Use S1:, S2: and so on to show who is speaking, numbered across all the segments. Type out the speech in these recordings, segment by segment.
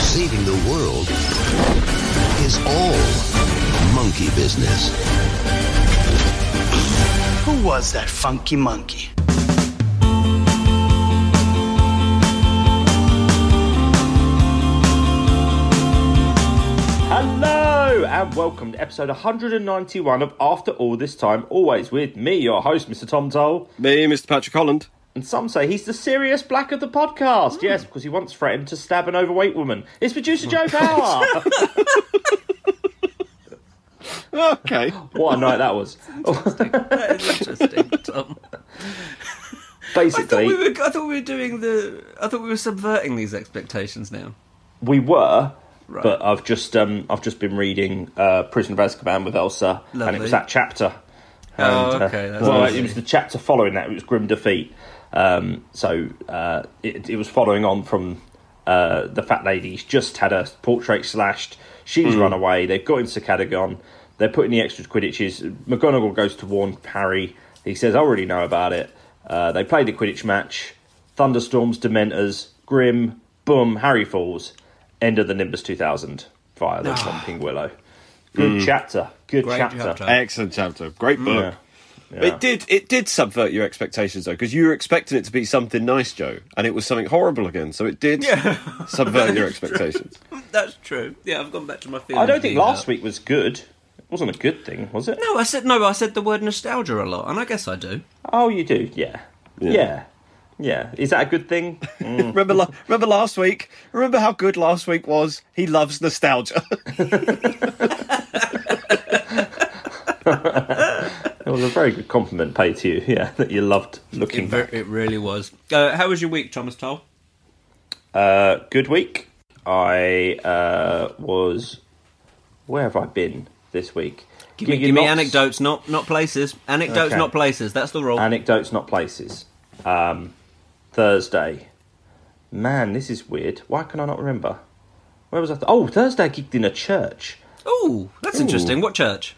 S1: saving the world is all monkey business.
S2: Who was that funky monkey?
S3: Hello and welcome to episode 191 of After All This Time, always with me, your host, Mr. Tom Toll.
S4: Me, Mr. Patrick Holland.
S3: And some say he's the serious black of the
S5: Mm.
S3: podcast. Yes, because he once threatened to stab an overweight woman. It's producer Joe Power.
S4: Okay.
S3: what a night that was. Oh,
S5: That is Oh, interesting, Tom. I thought,
S3: Basically,
S5: we were, I thought we were doing the. I thought we were subverting these expectations now.
S3: we were,
S5: Right.
S3: but I've just um, I've just been reading uh, Prison of Azkaban with Elsa, and
S5: Lovely.
S3: it was that chapter.
S5: Oh,
S3: And, uh,
S5: okay, that's
S3: well,
S5: lovely.
S3: it was the chapter following that. It was Grim Defeat. Um, so uh, it, it was following on from uh, the Fat Lady's just had her portrait slashed. She's run away. They've got into Cadagon. They're putting the extra Quidditches. McGonagall goes to warn Harry. He says, I already know about it. Uh, they play the Quidditch match. Thunderstorms, Dementors, Grim, Boom, Harry falls. End of the Nimbus 2000 via the Chomping Willow. Good chapter. Good
S5: Ah. Great
S3: chapter.
S5: chapter.
S4: Excellent chapter. Great
S3: Yeah.
S4: book.
S3: Yeah.
S4: It did it did subvert your expectations though, because you were expecting it to be something nice, Joe, and it was something horrible again. So it did
S5: Yeah.
S4: subvert your expectations.
S5: That's true. Yeah, I've gone back to my feelings.
S3: I don't think
S5: being
S3: last
S5: up.
S3: week was good. It wasn't a good thing, was it?
S5: No, I said no. I said the word nostalgia a lot, and I guess I do.
S3: Oh, you do, yeah. yeah, yeah, Is that a good thing?
S4: remember, la- remember last week. Remember how good last week was. He loves nostalgia.
S3: it was a very good compliment paid to you. Yeah, that you loved
S5: It,
S3: looking
S5: ver-
S3: back.
S5: it really was. Uh, how was your week, Thomas Toll?
S3: Uh, good week. I uh, was. Where have I been this week?
S5: Give me, give me
S3: Giganots-
S5: anecdotes, not not places. Anecdotes,
S3: Okay.
S5: not places. That's the rule.
S3: Anecdotes, not places. Um, Thursday. Man, this is weird. Why can I not remember? Where was I? Th- oh, Thursday I gigged in a church.
S5: oh, that's interesting. What church?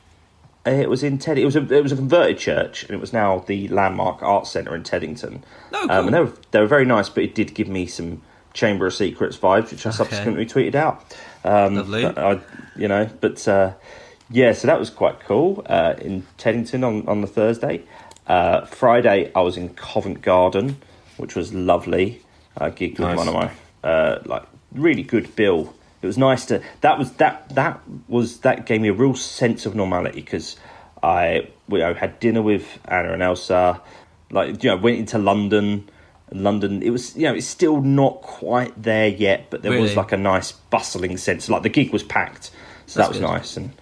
S3: Uh, It was in Ted. It was a it was a converted church, and it was now the landmark arts centre in Teddington.
S5: Oh,
S3: um,
S5: cool.
S3: and they were they were very nice, but it did give me some Chamber of Secrets vibes, which I subsequently tweeted out. Um,
S5: Lovely.
S3: but I, you know, but uh, yeah, so that was quite cool uh, in Teddington on on the Thursday. Uh, Friday, I was in Covent Garden, which was lovely. I gigged
S4: Nice.
S3: with one of my uh, like really good bill. It was nice to that was that that was that gave me a real sense of normality because I you know had dinner with Anna and Elsa, like you know went into London. London, it was you know it's still not quite there yet, but there was
S5: Really?
S3: like a nice bustling sense. Like the gig was packed, so that was
S5: That's good.
S3: nice. And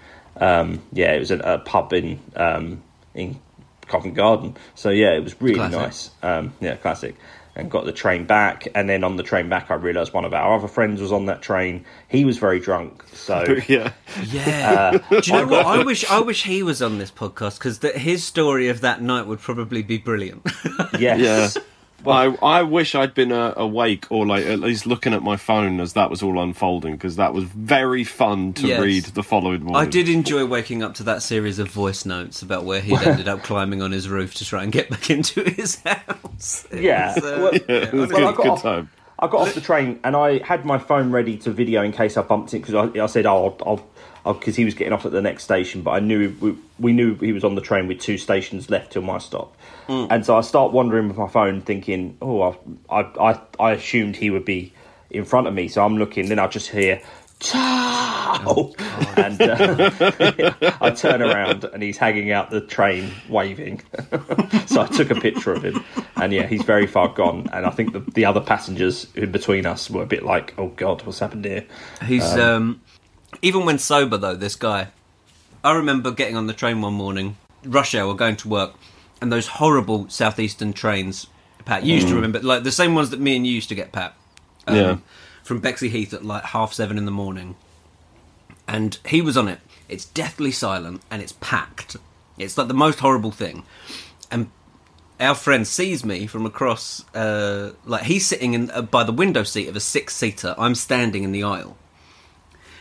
S3: um, yeah, it was a, a pub in um, in Covent Garden. So yeah, it was really
S5: Classic.
S3: nice. Um, yeah, classic. And got the train back, and then on the train back, I realised one of our other friends was on that train. He was very drunk, so
S4: yeah.
S5: Yeah. Uh, Do you know what? I wish I wish he was on this podcast because his story of that night would probably be brilliant.
S4: Yeah.
S3: yes,
S4: Well, I, I wish I'd been uh, awake or like at least looking at my phone as that was all unfolding because that was very fun to
S5: Yes.
S4: read the following morning.
S5: I did enjoy waking up to that series of voice notes about where he'd ended up climbing on his roof to try and get back into his house. It
S3: Yeah.
S5: was, uh,
S3: Well-
S4: It was
S3: Well, I got
S4: good, good
S3: off-
S4: time.
S3: I got off the train and I had my phone ready to video in case I bumped it because I, I said, "Oh, I'll," because he was getting off at the next station. But I knew we, we knew he was on the train with two stations left till my stop, and so I start wandering with my phone, thinking, "Oh, I, I, I, I assumed he would be in front of me, so I'm looking." Then I just hear.
S4: Oh,
S3: "Tow!" and uh, I turn around and he's hanging out the train waving. so I took a picture of him, and yeah, he's very far gone. And I think the, the other passengers in between us were a bit like, "Oh God, what's happened here?"
S5: He's um, even when sober though. This guy, I remember getting on the train one morning, rush hour, going to work, and those horrible southeastern trains. Pat, you used to remember like the same ones that me and you used to get, Pat. um,
S4: Yeah.
S5: From Bexley Heath at like half seven in the morning, and he was on it. It's deathly silent and it's packed. It's like the most horrible thing. And our friend sees me from across, uh, like he's sitting in uh, by the window seat of a six-seater. I'm standing in the aisle.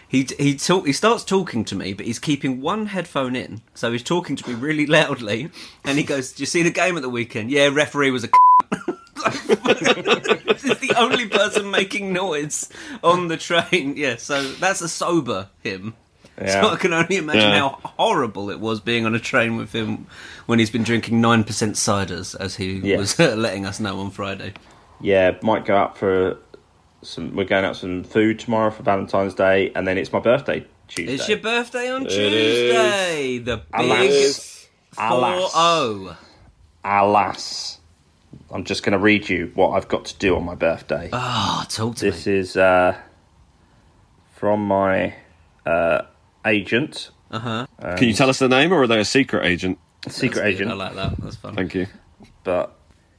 S5: He he talk, he starts talking to me, but he's keeping one headphone in, so he's talking to me really loudly. And he goes, "Do you see the game at the weekend? Yeah, referee was a." is the only person making noise on the train. Yeah, so that's a sober him. So
S3: Yeah.
S5: I can only imagine
S4: Yeah.
S5: how horrible it was being on a train with him when he's been drinking 9% ciders, as he
S3: Yes.
S5: was letting us know on Friday.
S3: Yeah, might go out for some. We're going out for some food tomorrow for Valentine's Day, and then it's my birthday Tuesday.
S5: It's your birthday on
S4: is.
S5: Tuesday. The big
S3: Alas.
S5: 4
S3: Alas, alas. I'm just going to read you what I've got to do on my birthday.
S5: Oh, talk to
S3: this
S5: me.
S3: is uh, from my uh, agent,
S4: Can you tell us the name, or are they a secret agent?
S3: secret
S5: That's good.
S3: agent,
S5: I like that. That's fun.
S4: Thank you.
S3: but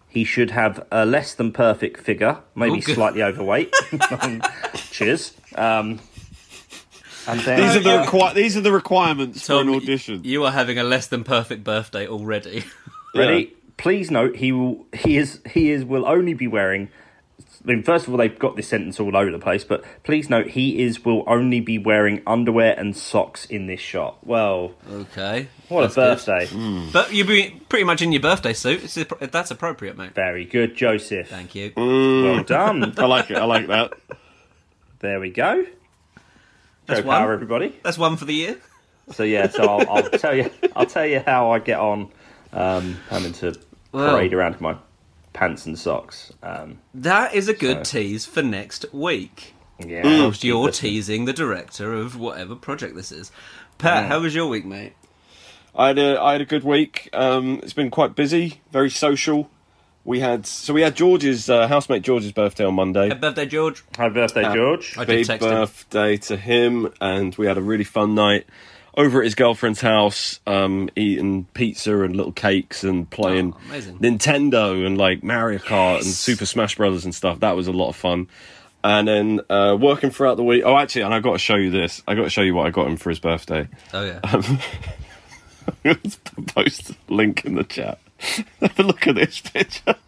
S3: he should have a less than perfect figure, maybe
S5: Oh, good.
S3: slightly overweight. Um, cheers. Um, and then
S4: These are the requi- these are the requirements for
S5: Tom,
S4: an
S5: y-
S4: audition.
S5: You are having a less than perfect birthday already.
S3: Ready? Please note he will he is he is will only be wearing I mean, first of all, they've got this sentence all over the place, but please note he is will only be wearing underwear and socks in this shot. Well,
S5: okay.
S3: what
S5: That's
S3: a birthday!
S5: good. Mm. But you'll be pretty much in your birthday suit. It's appro- that's appropriate, mate.
S3: Very good, Joseph.
S5: Thank you.
S3: Well done.
S4: I like it. I like that.
S3: there we go.
S5: That's
S3: go
S5: one.
S3: power, everybody.
S5: That's one for the year.
S3: So yeah, so I'll, I'll tell you, I'll tell you how I get on um, having to
S5: Wow.
S3: parade around in my pants and socks. Um,
S5: That is a good tease for next week.
S3: yeah,
S5: Whilst You're teasing the director of whatever project this is. Pat,
S3: Mm.
S5: how was your week, mate?
S4: I had a I had a good week. Um, it's been quite busy, very social. We had so we had George's uh, housemate George's birthday on Monday.
S5: Happy birthday, George.
S3: Happy birthday, George.
S5: Uh, I did
S4: Big
S5: text him.
S4: birthday to him, and we had a really fun night over at his girlfriend's house, um, eating pizza and little cakes and playing
S5: Oh, amazing.
S4: Nintendo and like Mario Kart and Super Smash Brothers and stuff. That was a lot of fun. And then uh, working throughout the week. Oh, actually, and I got to show you this. I got to show you what I got him for his birthday.
S5: Oh, yeah.
S4: Let's post the link in the chat. Have a look at this picture.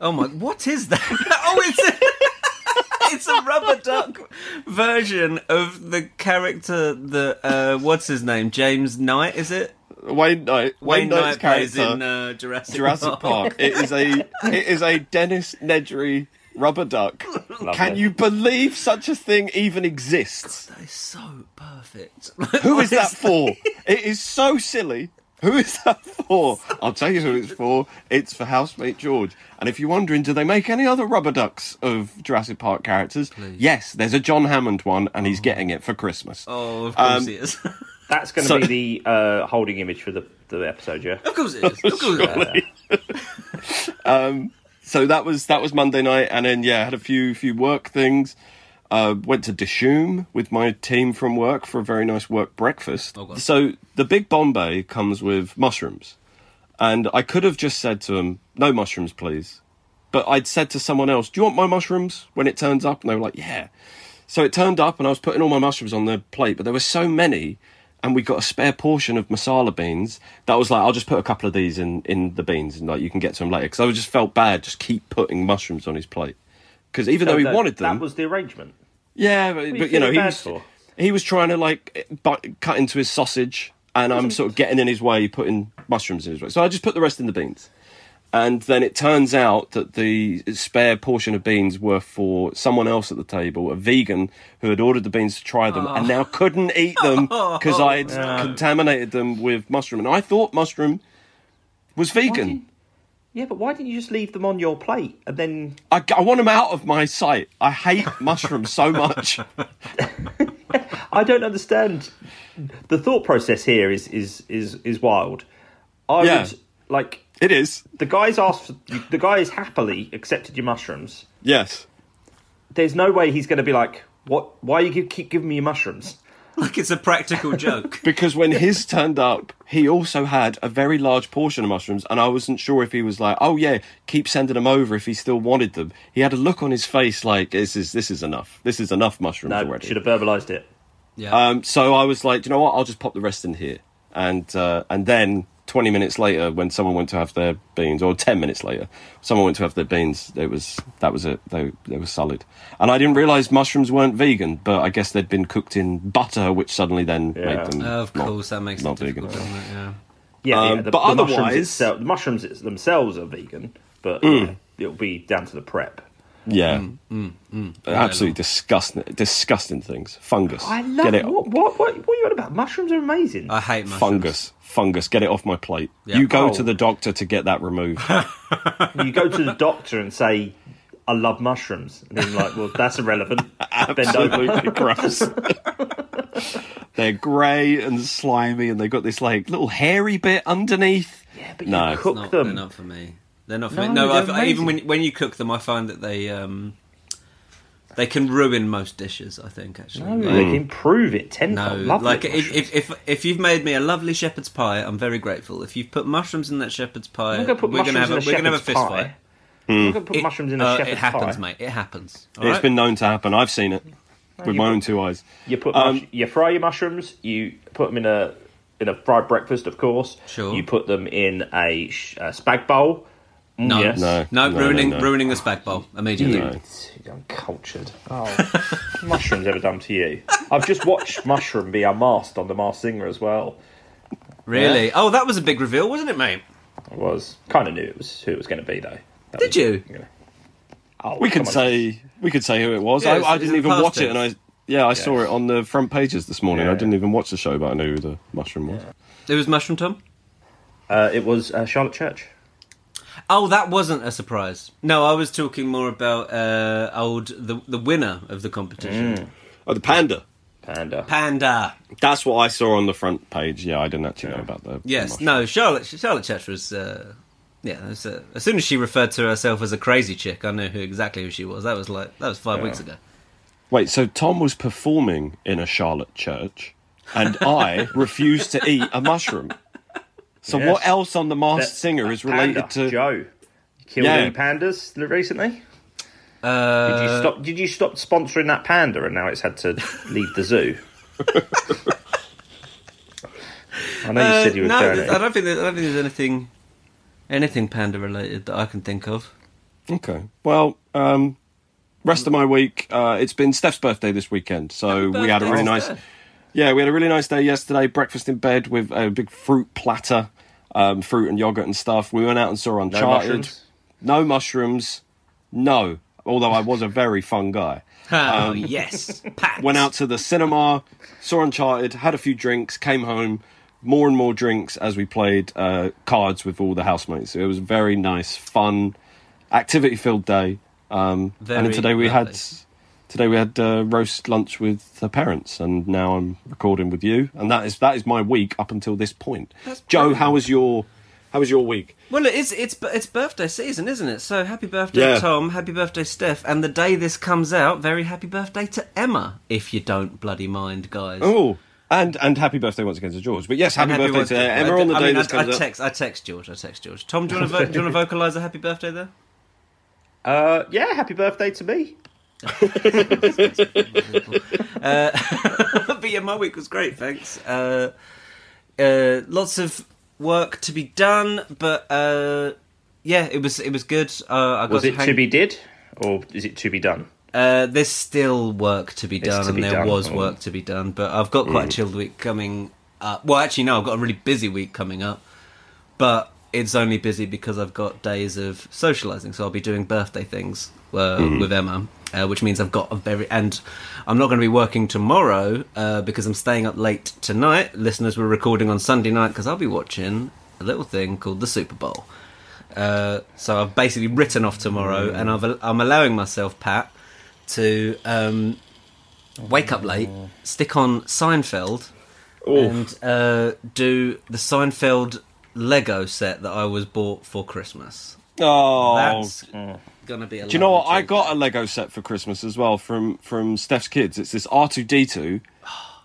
S5: Oh my! What is that? oh, it's a, it's a rubber duck version of the character that uh, what's his name? James Knight, is it?
S4: Wayne Knight. Wayne, Knight's
S5: Knight plays
S4: character.
S5: in uh, Jurassic,
S4: Jurassic Park. It is a it is a Dennis Nedry rubber duck. Can you believe such a thing even exists?
S5: That is so perfect.
S4: Who is that for? It is so silly. Who is that for? I'll tell you who it's for. It's for housemate George. And if you're wondering, do they make any other rubber ducks of Jurassic Park characters? Yes, there's a John Hammond one, and he's getting it for Christmas.
S5: Oh, of course
S4: Um,
S5: it is. of
S3: That's going to
S4: So-
S3: be the uh, holding image for the, the episode, yeah.
S5: course it is. Of course it is.
S4: so that was that was Monday night, and then yeah, had a few few work things. Uh, went to Dishoom with my team from work for a very nice work breakfast.
S3: Oh,
S5: God.
S4: so the big Bombay comes with mushrooms, and I could have just said to them, "No mushrooms, please." But I'd said to someone else, "Do you want my mushrooms?" When it turns up, and they were like, "Yeah." So it turned up, and I was putting all my mushrooms on the plate, but there were so many, and we got a spare portion of masala beans that I was like, I'll just put a couple of these in in the beans, and like you can get to them later. Because I just felt bad, just keep putting mushrooms on his plate. Because even though he
S3: that,
S4: wanted them,
S3: That was the arrangement.
S4: yeah, but,
S3: you
S4: but you know,
S3: feeling
S4: he
S3: bad
S4: was,
S3: for?
S4: he was trying to like bu- cut into his sausage, and I'm sort of getting in his way, putting mushrooms in his way. So I just put the rest in the beans. And then it turns out that the spare portion of beans were for someone else at the table, a vegan who had ordered the beans to try them and now couldn't eat them because I had contaminated them with mushroom. And I thought mushroom was vegan.
S3: Yeah, but why didn't you just leave them on your plate and then
S4: I, I want them out of my sight. I hate mushrooms so much.
S3: I don't understand the thought process here is is is is wild. I
S4: Yeah.
S3: would like
S4: It is.
S3: the guys asked for, the guys happily accepted your mushrooms.
S4: Yes.
S3: There's no way he's going to be like, "What? Why you give, keep giving me your mushrooms?"
S5: Like it's a practical joke.
S4: because when his turned up, he also had a very large portion of mushrooms, and I wasn't sure if he was like, "Oh yeah, keep sending them over," if he still wanted them. He had a look on his face like, "This is this is enough. This is enough mushrooms
S3: No,
S4: already."
S3: should have verbalized it.
S5: Yeah.
S4: Um, so I was like, "Do you know what? I'll just pop the rest in here." And uh, and then twenty minutes later, when someone went to have their beans, or ten minutes later, someone went to have their beans. It was that was it. They they were solid, and I didn't realize mushrooms weren't vegan, but I guess they'd been cooked in butter, which suddenly then
S3: Yeah.
S4: made them.
S5: of
S4: not-
S5: course, that makes it
S4: not vegan.
S5: difficult, doesn't it? Yeah.
S3: Yeah,
S4: Um,
S3: yeah the,
S4: but
S3: the mushrooms
S4: otherwise-
S3: Mm. itself- the mushrooms it's- themselves are vegan, but yeah, it'll be down to the prep.
S4: Yeah.
S5: Mm,
S4: Absolutely disgusting, disgusting things. Fungus.
S3: I love
S4: Get it.
S3: What, what, what, what are you on about? Mushrooms are amazing.
S5: I hate mushrooms.
S4: Fungus. Fungus. Get it off my plate.
S5: Yeah.
S4: You go
S3: Oh.
S4: to the doctor to get that removed.
S3: you go to the doctor and say, I love mushrooms. And he's like, well, that's irrelevant. Bend over.
S4: absolutely gross. They're grey and slimy, and they've got this like little hairy bit underneath.
S3: Yeah, but
S4: No.
S3: you
S4: It's
S3: cook
S5: Not, they're
S3: them.
S5: not for me. They're not for
S3: No,
S5: me. No,
S3: they're
S5: I've, I- even
S3: amazing.
S5: when when you cook them, I find that they um, they can ruin most dishes. I think actually.
S3: No,
S5: Like-
S3: they can improve it tenfold.
S5: Mm. No,
S3: Lovely
S5: like if,
S3: mushrooms.
S5: if if if you've made me a lovely shepherd's pie, I'm very grateful. If you've put mushrooms in that shepherd's pie,
S3: I'm gonna put
S5: we're gonna have
S3: mushrooms
S5: a,
S3: in a
S5: we're gonna have a fist
S3: shepherd's pie.
S5: fight.
S3: I'm gonna put
S5: It-
S3: mushrooms in a
S5: uh,
S3: shepherd's
S5: It happens,
S3: pie.
S5: mate. It happens. All
S4: It's
S5: right?
S4: been known to happen. I've seen it with
S3: you
S4: my
S3: put-
S4: own two eyes.
S3: You put
S4: Um,
S3: mush- you fry your mushrooms. You put them in a in a fried breakfast, of course.
S5: Sure.
S3: You put them in a, sh- a spag bowl. Mm,
S5: no,
S3: yes.
S5: no,
S4: No, no,
S5: no,
S4: no,
S5: ruining
S4: no.
S5: ruining the spag bowl immediately.
S3: You uncultured. Oh, mushrooms ever done to you? I've just watched mushroom be unmasked on the Masked Singer as well.
S5: Really? Oh, that was a big reveal, wasn't it, mate?
S3: I was kind of knew it was who it was going to be though. That
S5: Did
S3: was-
S5: you?
S3: Yeah. Oh,
S4: we can
S3: come on.
S4: say we could say who it was.
S5: Yeah,
S4: I,
S5: it's-
S4: I
S5: it's
S4: didn't
S5: in
S4: even
S5: past
S4: watch it, and I yeah, I saw
S3: Yeah.
S4: it on the front pages this morning. I
S3: Yeah.
S4: didn't even watch the show, but I knew who the mushroom was.
S5: It was mushroom Tom.
S3: uh, it was uh, Charlotte Church.
S5: Oh, that wasn't a surprise. No, I was talking more about uh, old the the winner of the competition,
S3: Mm.
S4: Oh, the panda.
S3: Panda.
S5: Panda.
S4: That's what I saw on the front page. Yeah, I didn't actually know about the.
S5: Yes,
S4: the
S5: no, Charlotte. Charlotte Church was. Uh, yeah, that's, uh, as soon as she referred to herself as a crazy chick, I knew who exactly who she was. That was like that was five weeks ago.
S4: Wait, so Tom was performing in a Charlotte church, and I refused to eat a mushroom. So
S3: Yes.
S4: what else on the Masked
S3: That-
S4: Singer is related
S3: Panda,
S4: to?
S3: Joe? You Killed
S4: Yeah.
S3: any pandas li- recently? Uh, did you stop? Did you stop sponsoring that panda, and now it's had to leave the zoo? I know you
S5: Uh,
S3: said you were
S5: no,
S3: doing
S5: there's- I
S3: it.
S5: don't think there- I don't think there's anything anything panda related that I can think of.
S4: Okay, well, um, rest of my week. Uh, it's been Steph's birthday this weekend, so we had a
S5: birthday,
S4: really nice.
S5: Steph.
S4: Yeah, we had a really nice day yesterday. Breakfast in bed with a big fruit platter, um, fruit and yogurt and stuff. We went out and saw Uncharted.
S3: mushrooms?
S4: No mushrooms. No. Although I was a very fun guy.
S3: Um,
S5: Oh yes, Pat.
S4: went out to the cinema, saw Uncharted, had a few drinks, came home, more and more drinks as we played uh, cards with all the housemates. It was a very nice, fun, activity-filled day. Um, and
S5: Very
S4: then today we had
S5: lovely.
S4: today we had uh, roast lunch with the parents, and now I'm recording with you, and that is that is my week up until this point. Joe, how was your how was your week?
S5: Well, it is, it's it's birthday season, isn't it? So happy birthday,
S4: Yeah.
S5: Tom. Happy birthday, Steph. And the day this comes out, very happy birthday to Emma, if you don't bloody mind, guys.
S4: Oh. And and happy birthday once again to George. But yes, happy,
S5: And
S4: birthday, to Emma on the
S5: I
S4: day
S5: mean,
S4: this
S5: I,
S4: comes
S5: I
S4: out.
S5: text, I text George. I text George. Tom, do you want to vo- do you want to vocalise a happy birthday there?
S3: Uh, yeah, happy birthday to me.
S5: but yeah, my week was great. Thanks. Uh, uh, lots of work to be done, but uh, yeah, it was it was good. Uh, I got
S3: Was
S5: to
S3: it
S5: hang-
S3: to be did, or is it to be done?
S5: Uh, there's still work to be done,
S3: to
S5: and
S3: be
S5: there
S3: done.
S5: was
S3: Mm.
S5: work to be done. But I've got quite a chilled week coming up. Well, actually, no, I've got a really busy week coming up. But it's only busy because I've got days of socialising. So I'll be doing birthday things uh,
S3: Mm.
S5: with Emma, uh, which means I've got a very and I'm not going to be working tomorrow uh, because I'm staying up late tonight. Listeners, we're recording on Sunday night because I'll be watching a little thing called the Super Bowl. Uh, so I've basically written off tomorrow, and I've, I'm allowing myself, Pat, to um, wake up late,
S4: Oh.
S5: stick on Seinfeld, and uh, do the Seinfeld Lego set that I was bought for Christmas.
S4: Oh,
S5: That's gonna be a.
S4: Do you know what? I got a Lego set for Christmas as well from from Steph's kids. It's this R two D two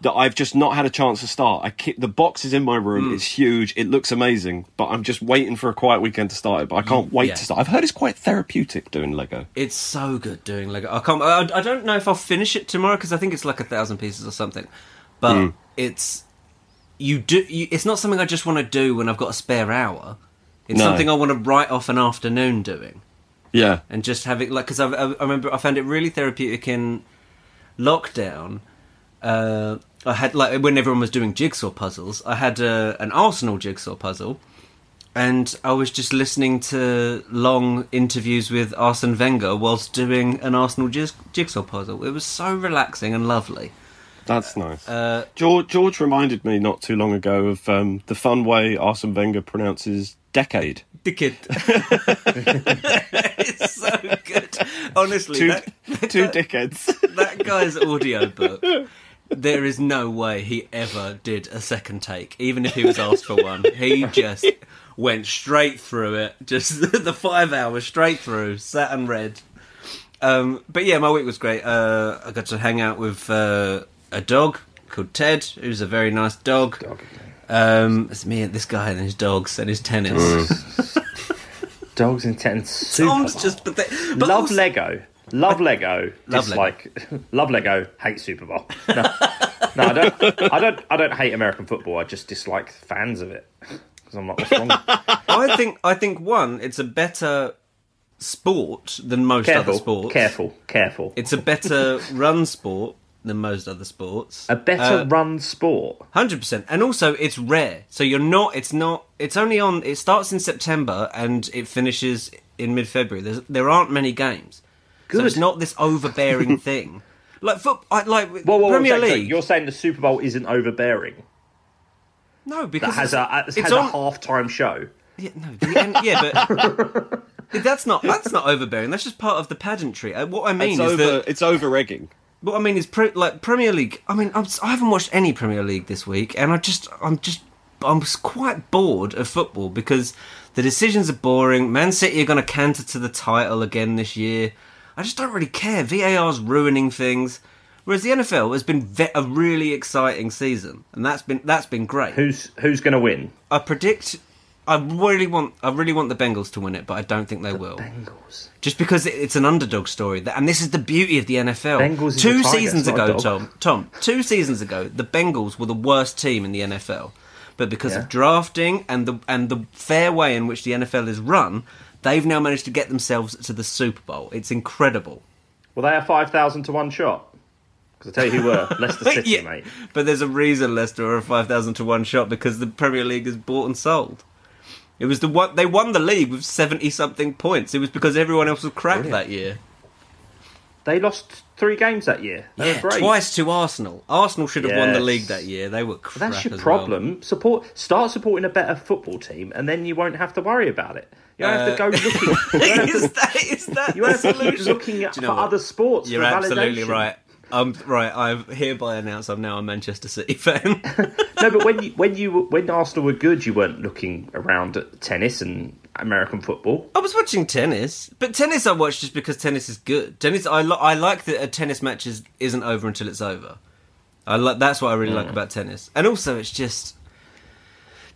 S4: that I've just not had a chance to start. I ki- the box is in my room. It's huge. It looks amazing, but I'm just waiting for a quiet weekend to start it. But I can't wait
S5: yeah.
S4: to start. I've heard it's quite therapeutic doing Lego.
S5: It's so good doing Lego. I can't. I, I don't know if I'll finish it tomorrow because I think it's like a thousand pieces or something. But it's you do. You, it's not something I just want to do when I've got a spare hour. It's
S4: No.
S5: something I want to write off an afternoon doing
S4: Yeah,
S5: and just have it like because I, I remember I found it really therapeutic in lockdown. Uh, I had like when everyone was doing jigsaw puzzles, I had uh, an Arsenal jigsaw puzzle and I was just listening to long interviews with Arsene Wenger whilst doing an Arsenal jig- jigsaw puzzle. It was so relaxing and lovely.
S4: That's nice. George, George reminded me not too long ago of um, the fun way Arsene Wenger pronounces decade.
S5: Dickhead. it's so good. Honestly,
S4: Two,
S5: that,
S4: two dickheads.
S5: that guy's audiobook. There is no way he ever did a second take, even if he was asked for one. He just went straight through it, just the five hours straight through, sat and read. Um, but yeah, my week was great. Uh, I got to hang out with uh, a dog called Ted, who's a very nice dog. Um, it's me and this guy and his dogs and his tennis.
S3: Dogs intense.
S5: Tom's just pathetic. But
S3: love
S5: also-
S3: Lego. Love Lego.
S5: Love
S3: Love
S5: Lego.
S3: like love Lego. Hate Super Bowl. No, no, I don't. I don't. I don't hate American football. I just dislike fans of it because I'm like, what's wrong?
S5: I think I think one, it's a better sport than most other
S3: careful,
S5: sports.
S3: careful, careful.
S5: It's a better run sport than most other sports.
S3: a better
S5: uh,
S3: run sport.
S5: Hundred percent. And also it's rare. So you're not it's not it's only on it starts in September and it finishes in mid February. There's there aren't many games. So
S3: Good.
S5: it's not this overbearing thing. Like foot I like
S3: Whoa, whoa, whoa,
S5: Premier
S3: sorry, sorry.
S5: League.
S3: You're saying the Super Bowl isn't overbearing.
S5: no,
S3: That
S5: because
S3: has a
S5: it's-
S3: has
S5: it's
S3: a
S5: on-
S3: halftime show.
S5: Yeah, no, the end, yeah, but that's not that's not overbearing. That's just part of the pageantry. Uh, what I mean
S4: It's
S5: is
S4: over.
S5: that
S4: It's over egging.
S5: what I mean is pre- like Premier League. I mean, I'm, s- I haven't watched any Premier League this week, and I just I'm just I'm s- quite bored of football because the decisions are boring. Man City are going to canter to the title again this year. I just don't really care. VAR's ruining things. Whereas the NFL has been ve- a really exciting season, and that's been that's been great.
S3: Who's who's going to win?
S5: I predict. I really want. I really want the Bengals to win it, but I don't think they will.
S3: Bengals.
S5: Just because it- it's an underdog story, Th- and this is the beauty of the NFL.
S3: Bengals is
S5: two
S3: a tiger,
S5: seasons
S3: it's not a
S5: ago,
S3: dog.
S5: Tom. Tom. Two seasons ago, the Bengals were the worst team in the NFL, but because
S3: Yeah.
S5: of drafting and the and the fair way in which the NFL is run, they've now managed to get themselves to the Super Bowl. It's incredible.
S3: Well, they are five thousand to one shot. Because I tell you who were Leicester City,
S5: Yeah.
S3: mate.
S5: But there's a reason Leicester are a five thousand to one shot because the Premier League is bought and sold. It was the one they won the league with seventy something points. It was because everyone else was crap that year.
S3: They lost three games that year. They were
S5: Yeah,
S3: great.
S5: twice to Arsenal. Arsenal should have won the
S3: Yes.
S5: league that year. They were crap.
S3: That's your
S5: as well.
S3: problem. Support start supporting a better football team, and then you won't have to worry about it. You don't have
S5: Uh,
S3: to go looking. you don't have
S5: is
S3: to,
S5: that, is that
S3: you don't have to
S5: the
S3: look-
S5: solution?
S3: looking at
S5: Do you know
S3: for
S5: what?
S3: other sports.
S5: You're
S3: for
S5: absolutely
S3: validation.
S5: right. Um, right, I hereby announce I'm now a Manchester City fan.
S3: No, but when you when you when Arsenal were good, you weren't looking around at tennis and American football.
S5: I was watching tennis, but tennis I watch just because tennis is good. Tennis, I li- I like that a tennis match is, isn't over until it's over. I like that's what I really
S4: Mm.
S5: like about tennis, and also it's just.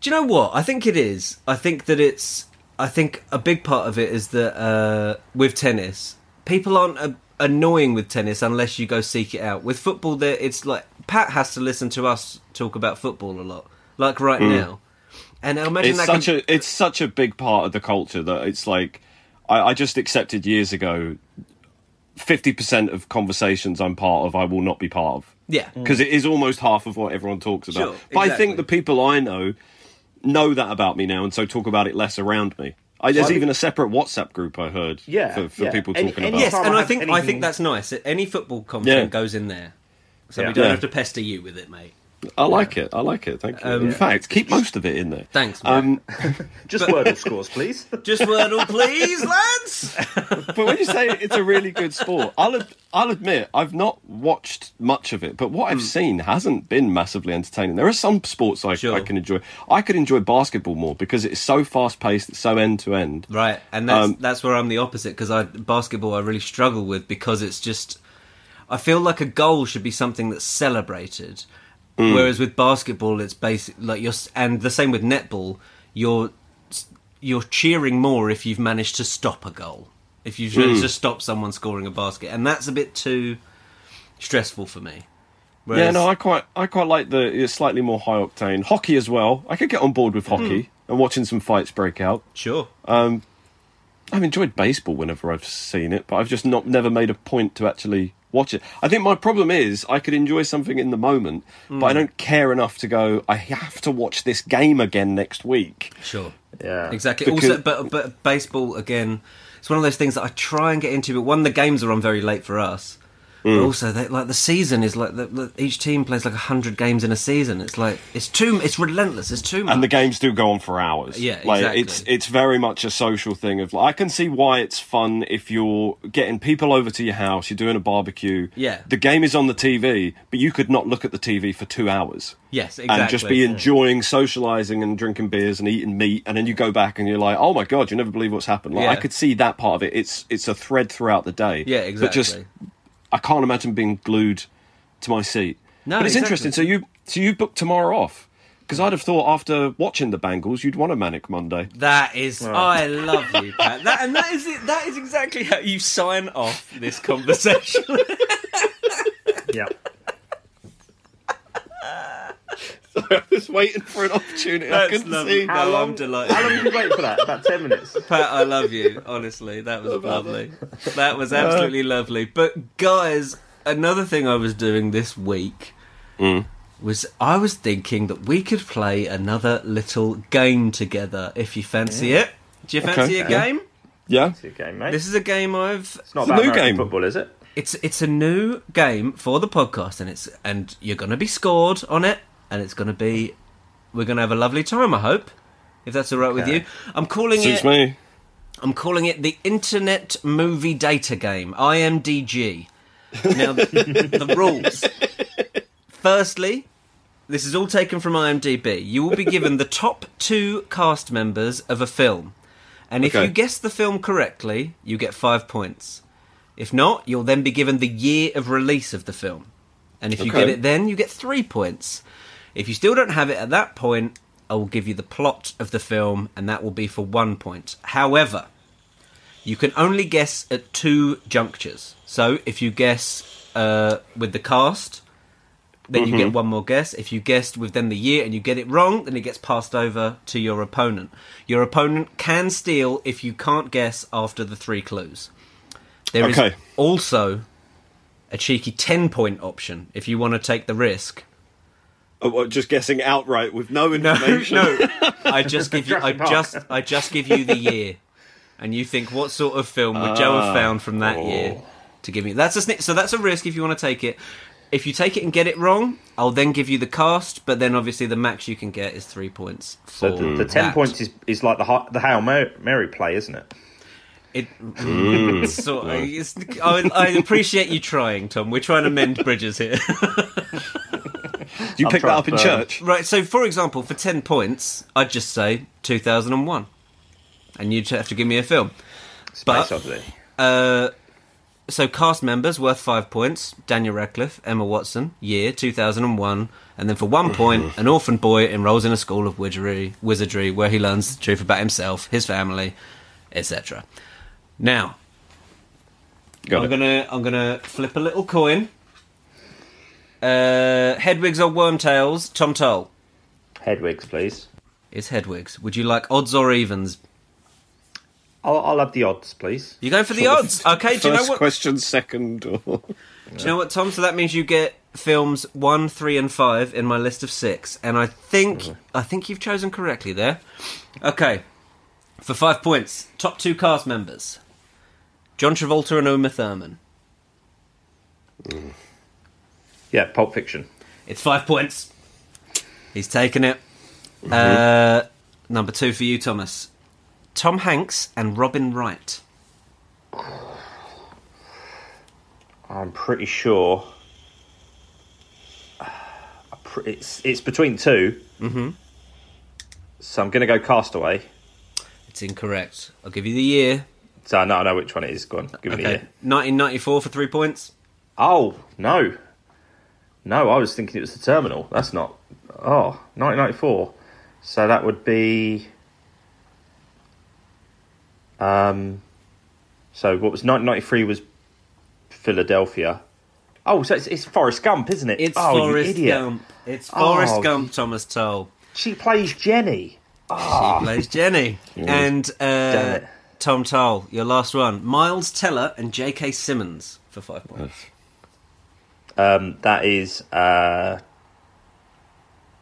S5: Do you know what I think it is? I think that it's. I think a big part of it is that uh, with tennis, people aren't uh, annoying with tennis unless you go seek it out. With football, there it's like Pat has to listen to us talk about football a lot, like right now. And I imagine
S4: Mm. It's
S5: that
S4: such
S5: can-
S4: a. It's such a big part of the culture that it's like, I, I just accepted years ago. Fifty percent of conversations I'm part of, I will not be part of.
S5: Yeah. Mm.
S4: because it is almost half of what everyone talks about.
S5: Sure,
S4: But I
S5: exactly.
S4: think the people I know know that about me now, and so talk about it less around me. I, there's
S3: Well, I
S4: even
S3: think-
S4: a separate WhatsApp group I heard
S3: Yeah,
S4: for, for
S3: yeah.
S4: people
S3: Any-
S4: talking
S3: any-
S4: about.
S5: Yes,
S3: Tom,
S5: and
S3: I
S5: I
S3: have
S5: think I
S3: anything-
S5: think that's nice. Any football content
S4: Yeah.
S5: goes in there, so we
S3: Yeah.
S5: don't
S4: Yeah.
S5: have to pester you with it, mate.
S4: I like it. I like it. Thank you. in fact, keep most of it in there.
S5: Um, Thanks, mate.
S4: Um,
S3: Just Wordle scores, please.
S5: Just Wordle, please, lads.
S4: but when you say it's a really good sport, I'll ad- I'll admit I've not watched much of it, but what I've seen hasn't been massively entertaining. There are some sports I,
S5: Sure.
S4: I can enjoy. I could enjoy basketball more because it's so fast paced, it's so end to end.
S5: Right, and that's
S4: Um,
S5: that's where I'm the opposite because I basketball I really struggle with because it's just I feel like a goal should be something that's celebrated,
S4: Mm.
S5: whereas with basketball it's basic like you're s- and the same with netball you're s- you're cheering more if you've managed to stop a goal if you've
S4: Mm.
S5: managed to stop someone scoring a basket and that's a bit too stressful for me.
S4: Yeah,
S5: Whereas-
S4: no, I quite I quite like the it's slightly more high octane hockey as well. I could get on board with hockey and watching some fights break out.
S5: sure.
S4: I've enjoyed baseball whenever I've seen it, but I've just not never made a point to actually watch it. I think my problem is I could enjoy something in the moment, but
S5: Hmm.
S4: I don't care enough to go. I have to watch this game again next week.
S5: Sure.
S3: Yeah.
S5: Exactly.
S4: Because-
S5: also, but but baseball again, it's one of those things that I try and get into. But one, the games are on very late for us.
S4: Mm.
S5: But also, they, like the season is like the, the, each team plays like hundred games in a season. It's like it's too it's relentless. It's too much.
S4: and the games do go on for hours.
S5: Yeah,
S4: like
S5: exactly.
S4: it's it's very much a social thing. Of like, I can see why it's fun if you're getting people over to your house, you're doing a barbecue.
S5: Yeah.
S4: the game is on the TV, but you could not look at the TV for two hours.
S5: yes, exactly.
S4: And just be enjoying socializing and drinking beers and eating meat, and then you go back and you're like, "Oh my god, you never believe what's happened." Like,
S5: Yeah.
S4: I could see that part of it. It's it's a thread throughout the day.
S5: Yeah,
S4: But just,
S5: exactly.
S4: I can't imagine being glued to my seat.
S5: No,
S4: but it's
S5: exactly.
S4: interesting. So you so you booked tomorrow off because I'd have thought after watching the Bengals, you'd want a manic Monday.
S5: That is,
S4: Oh.
S5: I love you, Pat. That, and that is it. That is exactly how you sign off this conversation.
S3: Yeah.
S4: I was waiting for an opportunity. I
S5: That's
S4: couldn't
S5: lovely.
S4: see.
S5: No, I'm delighted.
S3: How long did you wait for that? About 10 minutes.
S5: Pat, I love you. Honestly, that was lovely. That was absolutely lovely. But guys, another thing I was doing this week
S4: Mm.
S5: was I was thinking that we could play another little game together if you fancy it. Do you fancy a
S4: Yeah.
S5: game?
S4: Yeah,
S3: Good game, mate.
S5: This is a game I've.
S3: it's not
S4: it's a
S3: about
S4: new
S3: American
S4: game.
S3: football, is it?
S5: It's it's a new game for the podcast, and it's and you're going to be scored on it, and it's going to be. We're going to have a lovely time. I hope, if that's all right with
S3: Okay.
S5: you. I'm calling
S4: suits
S5: it.
S4: me.
S5: I'm calling it the Internet Movie Data Game, IMDG. Now, the, the rules. Firstly, this is all taken from IMDb. You will be given the top two cast members of a film. And if
S4: Okay.
S5: you guess the film correctly, you get five points. If not, you'll then be given the year of release of the film. And if you
S4: Okay.
S5: get it then, you get three points. If you still don't have it at that point, I will give you the plot of the film, and that will be for one point. However, you can only guess at two junctures. So if you guess uh, with the cast, then you get one more guess. If you guessed with then the year and you get it wrong, then it gets passed over to your opponent. Your opponent can steal if you can't guess after the three clues. There is
S4: Okay.
S5: also a cheeky 10 point option if you want to take the risk.
S4: Oh, well, just guessing outright with no information.
S5: no. I just give you I
S3: Jurassic Park.
S5: just I just give you the year. And you think what sort of film would Joe
S3: Ah,
S5: have found from that year to give me that's a sni- so that's a risk if you want to take it. If you take it and get it wrong, I'll then give you the cast, but then obviously the max you can get is three points. For
S3: So the, the 10
S5: that.
S3: points is, is like the, Hi- the Hail Ma- Mary play, isn't it?
S5: It,
S3: Mm.
S5: it's sort of- it's- I, I appreciate you trying, Tom. We're trying to mend bridges here.
S4: Do you pick that
S3: trying
S4: up in
S3: to-
S4: church?
S5: Right, so for example, for 10 points, I'd just say 2001. And you'd have to give me a film.
S3: Space
S5: But-
S3: Oddity.
S5: Uh, so cast members worth 5 points, Daniel Radcliffe, Emma Watson, year 2001, and then for
S4: Mm-hmm.
S5: 1 point, an orphan boy enrolls in a school of wizardry, wizardry where he learns the truth about himself, his family, etc. Now,
S4: Got
S5: I'm
S4: it.
S5: gonna I'm gonna flip a little coin. Uh, Hedwigs or Wormtails? Tom Toll
S3: Hedwigs, please.
S5: is Hedwigs. Would you like odds or evens?
S3: I'll, I'll have the odds, please.
S5: You going for the odds? Okay. Do you know
S4: First
S5: what?
S4: question, second. Or...
S5: Do you know what, Tom? So that means you get films one, three, and five in my list of six, and I think
S3: Mm-hmm.
S5: I think you've chosen correctly there. Okay, for five points, top two cast members: John Travolta and Uma Thurman.
S3: Yeah, Pulp Fiction.
S5: It's five points. He's taken it.
S3: Mm-hmm.
S5: Uh, number two for you, Thomas. Tom Hanks and Robin Wright.
S3: I'm pretty sure. I'm pre- It's it's between 2 Mm-hmm. So I'm going to go Castaway.
S5: It's incorrect. I'll give you the year.
S3: So I know, I know which one it is. Go on, give me the
S5: Okay,
S3: year.
S5: 1994 for three points.
S3: Oh, no. No, I was thinking it was the terminal. That's not. Oh, 1994. So that would be. Um, so what was 1993 was Philadelphia. Oh, so it's, it's Forrest Gump, isn't it?
S5: It's
S3: oh, you
S5: Forrest
S3: idiot.
S5: Gump. It's Forrest
S3: Oh,
S5: Gump. Thomas Toll.
S3: She plays Jenny.
S5: He plays Jenny. And uh,
S3: it.
S5: Tom Toll, your last one. Miles Teller and J.K. Simmons for five points.
S3: Um, that is uh,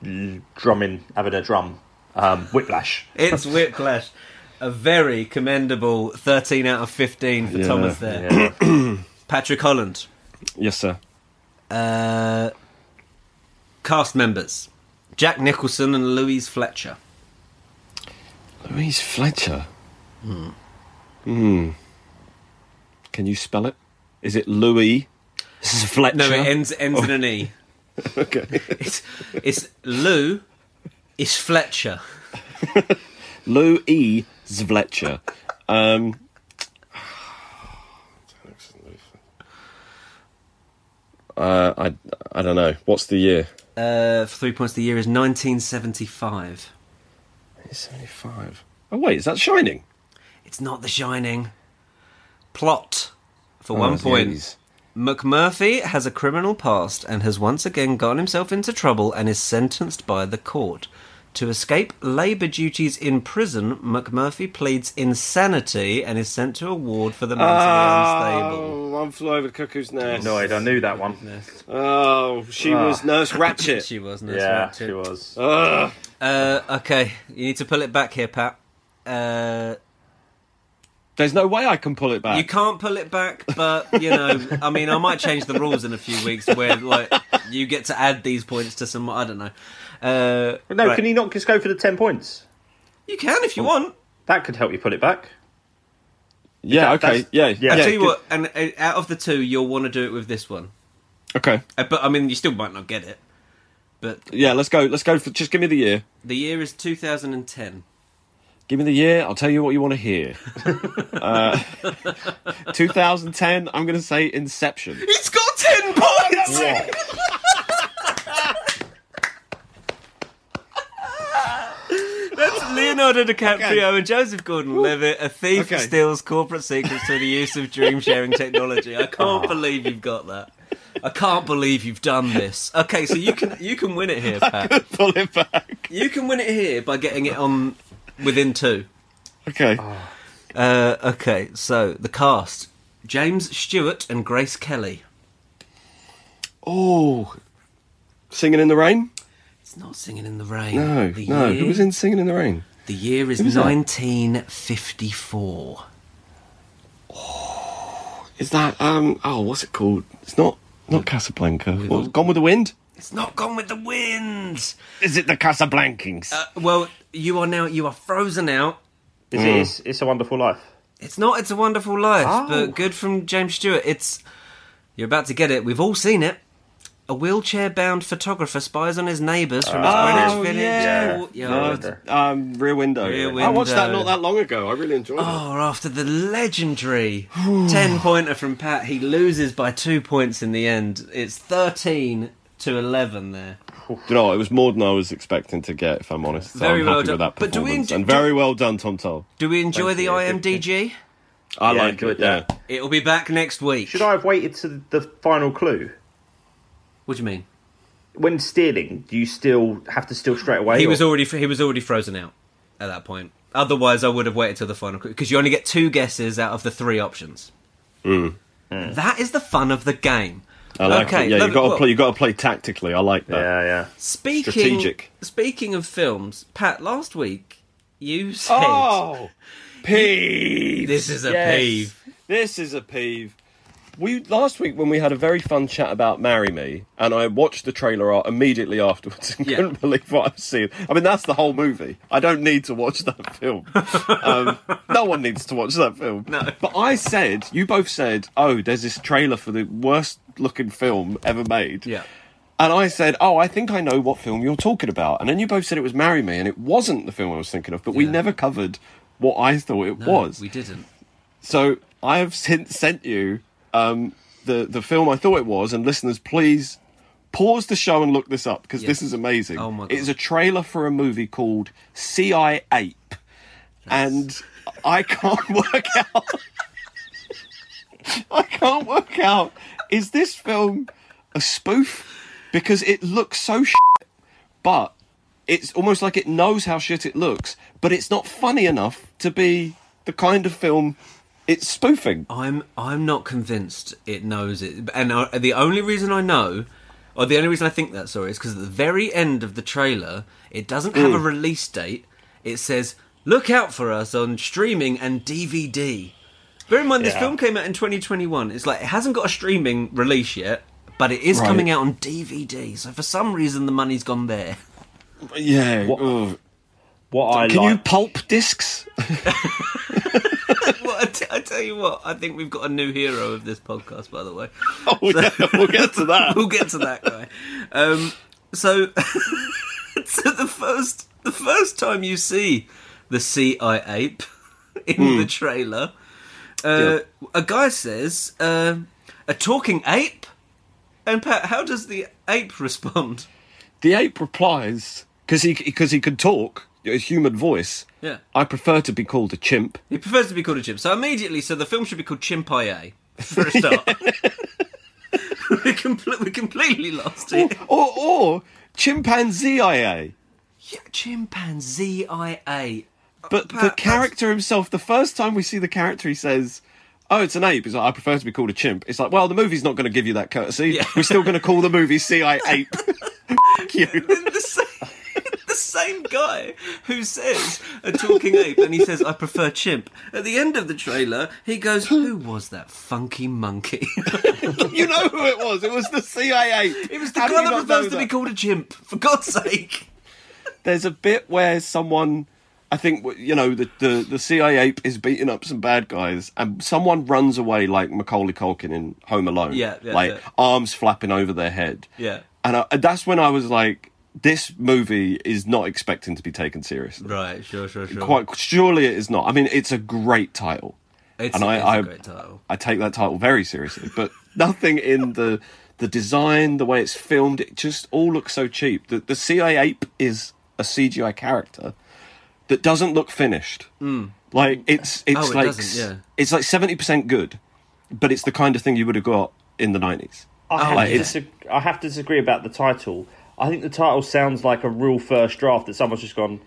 S3: l- drumming, having a drum, um, whiplash.
S5: It's Whiplash. A very commendable 13 out of 15 for
S4: Yeah,
S5: Thomas there.
S3: Yeah.
S5: Patrick Holland.
S4: Yes, sir.
S5: Uh, cast members Jack Nicholson and Louise Fletcher.
S4: Louise Fletcher. Hmm. Can you spell it? Is it Louis Fletcher?
S5: No, it ends, ends in an E.
S4: okay.
S5: It's, it's Lou is Fletcher.
S4: Louis Fletcher. Um, uh, I I don't know. What's the year?
S5: Uh, for three points of the year is 1975.
S4: Seventy five. Oh wait, is that Shining?
S5: It's not The Shining. Plot. For one
S4: Oh,
S5: point.
S4: geez.
S5: McMurphy has a criminal past and has once again gotten himself into trouble and is sentenced by the court. To escape labour duties in prison, McMurphy pleads insanity and is sent to a ward for the mentally
S3: Ah,
S5: unstable.
S4: Oh, one flew over the cuckoo's nest.
S3: Annoyed, I knew that one. Ah.
S4: Oh, she was Nurse Ratchet.
S5: She was nurse
S3: Yeah,
S5: Ratched.
S3: she was.
S4: Ugh.
S5: Uh, okay, you need to pull it back here, Pat. Uh,
S4: There's no way I can pull it back.
S5: you can't pull it back, but you know, I mean, I might change the rules in a few weeks where like you get to add these points to some. I don't know. Uh,
S3: No,
S5: right.
S3: can he not just go for the 10 points?
S5: You can if you want.
S3: That could help you pull it back.
S4: yeah,
S3: that-
S4: okay.
S3: that's- yeah.
S4: Yeah,
S5: I tell you
S4: good.
S5: what, and uh, out of the two, you'll want to do it with this one.
S4: Okay.
S5: Uh, But I mean, you still might not get it. But
S4: Yeah, let's go. Let's go for just give me the year.
S5: the year is 2010.
S4: Give me the year. I'll tell you what you want to hear. uh, 2010. I'm going to say Inception.
S5: It's got 10 points! That's Leonardo DiCaprio and Joseph Gordon Levitt, a thief
S4: Okay.
S5: steals corporate secrets through the use of dream sharing technology. I
S4: Oh.
S5: can't believe you've got that. I can't believe you've done this. Okay, so you can you can win it here, Pat.
S4: Pull it back.
S5: You can win it here by getting it on within two.
S4: Okay.
S5: Uh, okay, so the cast: James Stewart and Grace Kelly.
S4: Oh, Singing in the Rain.
S5: It's not singing in the rain.
S4: No,
S5: the
S4: no.
S5: Year,
S4: Who was in Singing in the Rain?
S5: The year is
S4: was that?
S5: 1954.
S4: Is that um? Oh, what's it called? It's not not Casablanca. What, Gone with the Wind.
S5: It's not Gone with the Wind.
S4: Is it the Casablancans?
S5: Uh, well, you are now you are frozen out.
S3: Is
S5: Mm.
S3: it, it's, it's a Wonderful Life.
S5: It's not. It's a Wonderful Life,
S3: Oh.
S5: but good from James Stewart. It's you're about to get it. We've all seen it. A wheelchair-bound photographer spies on his neighbours from his
S4: Oh,
S5: Greenwich Village.
S4: yeah.
S5: courtyard.
S3: No,
S4: Uh,
S3: Window.
S4: um, Rear Window.
S5: Rear
S4: I watched that
S5: Window.
S4: not that long ago. I really enjoyed it.
S5: Oh, after the legendary 10 pointer from Pat, he loses by two points in the end. It's 13 to 11 there.
S4: Do you know, what? it was more than I was expecting to get. If I'm honest, so
S5: Very
S4: I'm
S5: well
S4: happy
S5: done.
S4: with that
S5: But do we
S4: performance.
S5: enjoy-
S4: and very well done, Tom Toll.
S5: Do we enjoy the IMDG?
S4: I
S3: Yeah,
S4: like
S3: good,
S4: it. Yeah.
S5: It'll be back next week.
S3: Should I have waited to the final clue?
S5: What do you mean?
S3: When stealing, do you still have to steal straight away?
S5: He
S3: or-
S5: was already he was already frozen out at that point. Otherwise, I would have waited till the final because you only get two guesses out of the three options. That is the fun of the game.
S4: Hmm. I like
S5: okay,
S4: it. Yeah, you
S5: lovely.
S4: got to
S5: Well-
S4: play. You got to play tactically. I like that.
S3: Yeah, yeah.
S5: Speaking
S4: Strategic.
S5: Speaking of films, Pat, last week you said
S4: Oh!
S5: Oh!
S4: peeve!
S5: This is a peeve.
S4: This is a peeve. We last week when we had a very fun chat about "Marry Me," and I watched the trailer art immediately afterwards and
S5: Yeah.
S4: couldn't believe what I've seen. I mean, that's the whole movie. I don't need to watch that film. um, no one needs to watch that film.
S5: No.
S4: But I said, you both said, "Oh, there's this trailer for the worst-looking film ever made."
S5: Yeah.
S4: And I said, "Oh, I think I know what film you're talking about." And then you both said it was "Marry Me," and it wasn't the film I was thinking of. But we
S5: Yeah.
S4: never covered what I thought it
S5: No,
S4: was.
S5: We didn't.
S4: So I have since sent you um, the the film I thought it was, and listeners, please pause the show and look this up because this is amazing.
S5: Oh my God.
S4: It's a trailer for a movie called CI Ape, and I can't work out. I can't work out. Is this film a spoof? Because it looks so shit, but it's almost like it knows how shit it looks, but it's not funny enough to be the kind of film It's spoofing.
S5: I'm I'm not convinced it knows it, and uh, the only reason I know, or the only reason I think that sorry, is because at the very end of the trailer, it doesn't have a release date. It says, "Look out for us on streaming and DVD." Bear in mind, this
S3: Yeah.
S5: film came out in 2021. It's like it hasn't got a streaming release yet, but it is
S4: Right.
S5: coming out on DVD. So for some reason, the money's gone there.
S4: Yeah.
S3: What-
S4: ugh.
S3: What I
S4: Can
S3: like,
S4: you pulp discs?
S5: well, I, t- I tell you what, I think we've got a new hero of this podcast. By the way,
S4: oh, yeah, we'll get to that.
S5: we'll get to that guy. Um, so, so the first the first time you see the sea I ape in the trailer, uh, a guy says, uh, "A talking ape." And Pat, how does the ape respond?
S4: The ape replies because he because he could talk a human voice.
S5: Yeah.
S4: I prefer to be called a chimp.
S5: He prefers to be called a chimp. So immediately, so the film should be called Chimpaye for a start. we, compl- we completely lost it.
S4: Or or chimpanzee IA.
S5: Yeah, chimpanzee IA.
S4: But the
S5: Pat,
S4: character himself, the first time we see the character, he says, "Oh, it's an ape." He's like, "I prefer to be called a chimp." It's like, well, the movie's not going to give you that courtesy.
S5: Yeah.
S4: We're still going to call the movie "CI Ape." Fuck you.
S5: the same, the same guy who says a talking ape and he says I prefer chimp. At the end of the trailer, he goes, "Who was that funky monkey?"
S4: you know who it was. It was the CIA.
S5: it was the guy that prefers to be called a chimp. For God's sake!
S4: There's a bit where someone, I think, w- you know, the the, the CIA ape is beating up some bad guys, and someone runs away like Macaulay Culkin in Home Alone.
S5: Yeah, yeah,
S4: like
S5: yeah.
S4: arms flapping over their head.
S5: Yeah.
S4: and, I, and that's when I was like, this movie is not expecting to be taken seriously.
S5: Right, sure, sure, sure.
S4: Quite surely it is not. I mean, it's a great title.
S5: it's,
S4: and I-
S5: it's
S4: I-
S5: a great title.
S4: I take that title very seriously, but nothing in the the design, the way it's filmed, it just all looks so cheap. The the CI ape is a CGI character that doesn't look finished. Like it's it's
S5: Hmm. Oh, it
S4: like
S5: doesn't,
S4: s-
S5: yeah.
S4: it's like seventy percent good, but it's the kind of thing you would have got in the nineties.
S3: I have,
S4: like,
S3: to
S4: it's-
S3: disag- I have to disagree about the title. I think the title sounds like a real first draft that someone's just gone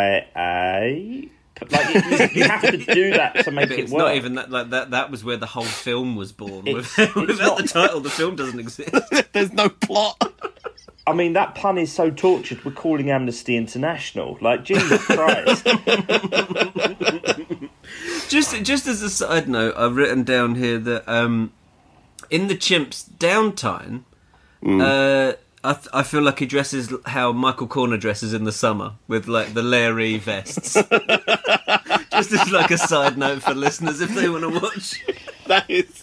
S3: CIA. Like you, you- you have to do that to make
S5: But
S3: it
S5: it's
S3: work.
S5: not even that, like that. That was where the whole film was born.
S3: It's- it's
S5: Without without
S3: not-
S5: the title, the film doesn't exist.
S4: There's no plot.
S3: I mean, that pun is so tortured. We're calling Amnesty International. Like Jesus Christ.
S5: just just as a side note, I've written down here that um, in the chimp's downtime,
S4: Mm.
S5: uh, I, th- I feel like he dresses how Michael Corner dresses in the summer with like the Larry vests. just as like a side note for listeners if they want to watch.
S4: that is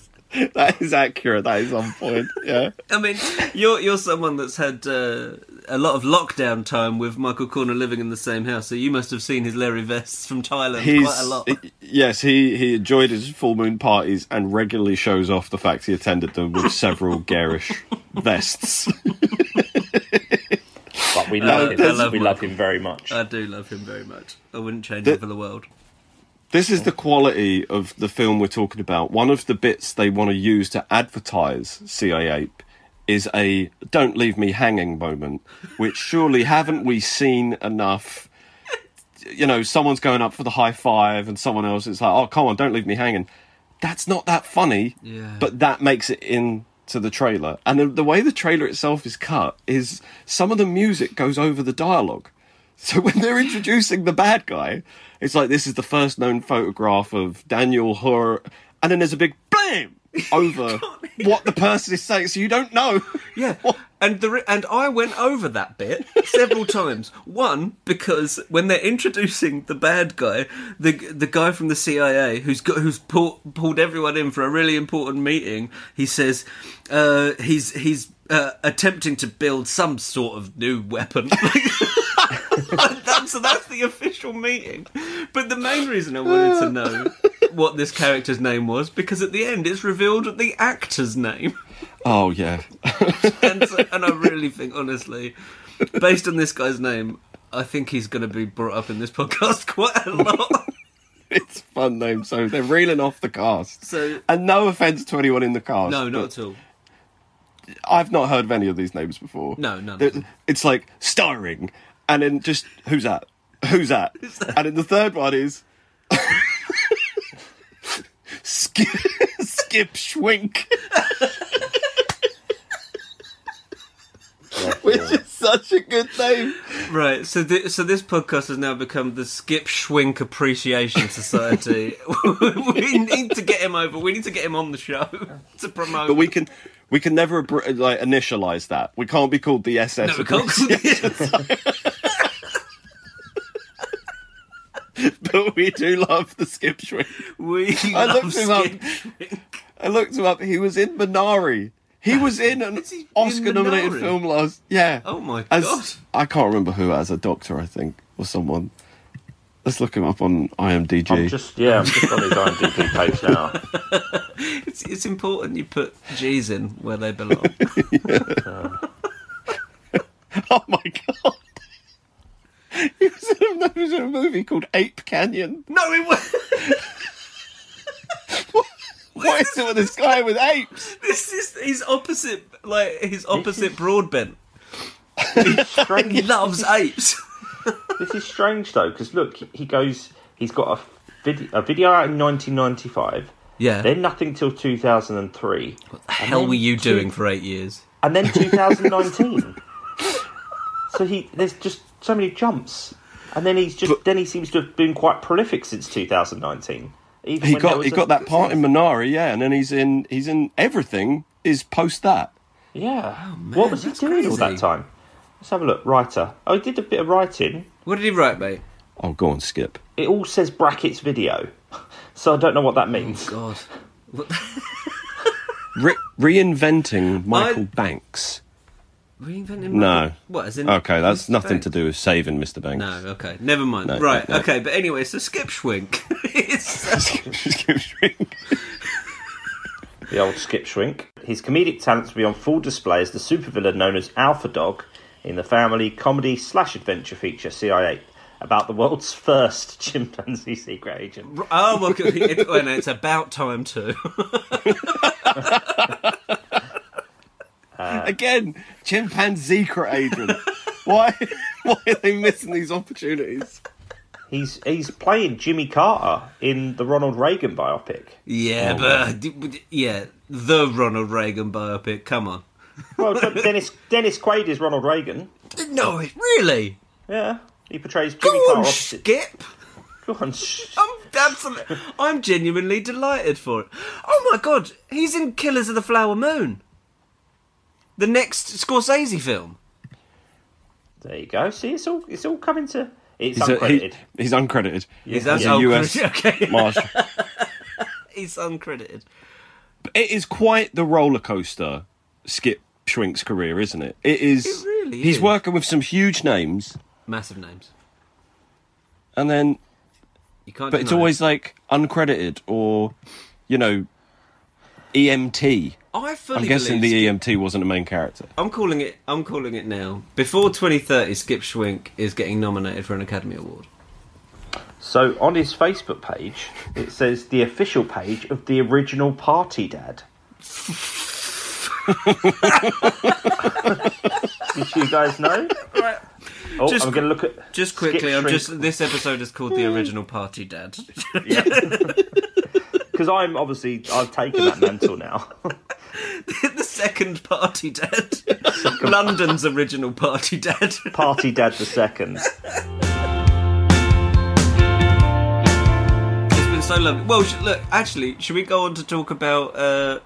S4: that is accurate. That is on point. Yeah.
S5: I mean, you're you're someone that's had uh, a lot of lockdown time with Michael Corner living in the same house, so you must have seen his Larry vests from Thailand
S4: He's,
S5: quite a lot.
S4: y- Yes, he, he enjoyed his full moon parties and regularly shows off the fact he attended them with several garish vests.
S3: But we love him.
S5: I love
S3: we
S5: Michael.
S3: love him very much.
S5: I do love him very much. I wouldn't change
S4: The-
S5: it for the world.
S4: This is the quality of the film we're talking about. One of the bits they want to use to advertise CIA Ape is a don't leave me hanging moment, which surely haven't we seen enough? You know, someone's going up for the high five and someone else is like, oh, come on, don't leave me hanging. That's not that funny,
S5: Yeah.
S4: but that makes it in to the trailer. And the, the way the trailer itself is cut is some of the music goes over the dialogue. So when they're introducing the bad guy, it's like this is the first known photograph of Daniel Hur, and then there's a big blam over what the person is saying, so you don't know.
S5: Yeah, and the re- and I went over that bit several times. One because when they're introducing the bad guy, the the guy from the CIA who's got who's pull, pulled everyone in for a really important meeting, he says uh, he's he's uh, attempting to build some sort of new weapon. That- so that's the official meeting. But the main reason I wanted to know what this character's name was because at the end it's revealed the actor's name
S4: Oh yeah,
S5: and, so- and I really think, honestly, based on this guy's name, I think he's going to be brought up in this podcast quite a lot.
S4: it's a fun name. So they're reeling off the cast.
S5: So-
S4: and no offense to anyone in the cast.
S5: No, not
S4: but-
S5: at all.
S4: I've not heard of any of these names before.
S5: No, none of
S4: There-
S5: them.
S4: It's like starring, and then just who's that? Who's that? and then the third one is Skip, skip Schwink. Which is such a good name.
S5: Right, so thi- so this podcast has now become the Skip Schwink Appreciation Society. we need to get him over. We need to get him on the show to promote.
S4: But we can we can never abr- like initialize that. We can't be called the SS.
S5: no, we can't call it-
S4: But we do love the Skip Schwink.
S5: We
S4: I
S5: love
S4: looked him up.
S5: Skip Schwink.
S4: I looked him up. He was in Minari. He was in an
S5: he in
S4: Oscar-nominated
S5: Minari?
S4: film last. Yeah.
S5: Oh my
S4: As-
S5: God.
S4: I can't remember who. As a doctor, I think, or someone. Let's look him up on IMDb.
S3: I'm just yeah, I'm just on his IMDb page now.
S5: It's, it's important you put G's in where they belong.
S4: Oh my god. He was, in a, he was in a movie called Ape Canyon.
S5: no, it was.
S4: What is it with this guy with apes?
S5: This is his opposite, like his opposite Broadbent. He
S3: Strange.
S5: loves apes.
S3: this is strange though, because look, he goes. He's got a video, a video out in 1995.
S5: Yeah.
S3: Then nothing till 2003,
S5: what the hell were you doing for eight years?
S3: and then 2019. so he there's just so many jumps, and then he's just then he seems to have been quite prolific since 2019. even when
S4: He
S3: there
S4: got
S3: was
S4: he
S3: a-
S4: got that part in Minari, yeah, and then he's in he's in everything is post that. Oh,
S3: Yeah.
S5: man,
S3: what was he
S5: that's
S3: doing all
S5: crazy.
S3: that time? Let's have a look. Writer. Oh, he did a bit of writing.
S5: What did he write, mate?
S4: Oh go on, skip.
S3: It all says brackets video, so I don't know what that
S4: Oh,
S3: means.
S5: God. What?
S4: Re- reinventing Michael
S5: I-
S4: Banks.
S5: Reinventing
S4: No.
S5: Michael- What, as in.
S4: Okay, that's
S5: Mr.
S4: nothing
S5: Banks?
S4: to do with saving Mr. Banks.
S5: No, okay. Never mind.
S4: No,
S5: right,
S4: no.
S5: okay. But anyway, so Skip Schwink. is-
S4: Just give drink.
S3: The old Skip Shrink. His comedic talents will be on full display as the supervillain known as Alpha Dog in the family comedy slash adventure feature CIA about the world's first chimpanzee secret agent.
S5: oh, well, it, oh, no, it's about time too.
S4: Again, chimpanzee agent. why why are they missing these opportunities?
S3: He's he's playing Jimmy Carter in the Ronald Reagan biopic.
S4: Oh,
S5: Yeah, but d- d- yeah, the Ronald Reagan biopic. Come on.
S3: Well, but Dennis Dennis Quaid is Ronald Reagan.
S5: No, really.
S3: Yeah, he portrays
S5: Go
S3: Jimmy Carter.
S5: on,
S3: opposite-
S5: Skip.
S3: Go on, sh-
S5: I'm absolutely. I'm genuinely delighted for it. Oh my god, he's in Killers of the Flower Moon. The next Scorsese film.
S3: There you go. See, it's all it's all coming to. It's
S4: He's, a, he,
S3: uncredited.
S4: he's uncredited.
S5: He's
S4: He's a
S5: uncredited.
S4: US
S5: Okay.
S4: marshal.
S5: He's uncredited.
S4: It is quite the roller coaster, Skip Schwink's career, isn't it? It is.
S5: It really
S4: He's
S5: is.
S4: working with some huge names,
S5: Massive names.
S4: and then,
S5: You can't.
S4: but it's
S5: deny it.
S4: always like uncredited or, you know, E EMT.
S5: I fully
S4: I'm guessing
S5: believe
S4: the EMT wasn't the main character.
S5: I'm calling it. I'm calling it now. Before 2030, Skip Schwink is getting nominated for an Academy Award.
S3: So on his Facebook page, it says the official page of the original Party Dad. Did you guys know?
S5: Right.
S3: Oh,
S5: Just-
S3: I'm going to look at.
S5: Just quickly,
S3: Skip
S5: I'm
S3: Shrink.
S5: just. This episode is called the original Party Dad.
S3: Because I'm obviously. I've taken that mantle now.
S5: the second Party Dad. London's original Party Dad.
S3: Party Dad the second.
S5: It's been so lovely. Well, sh- look, actually, should we go on to talk about uh,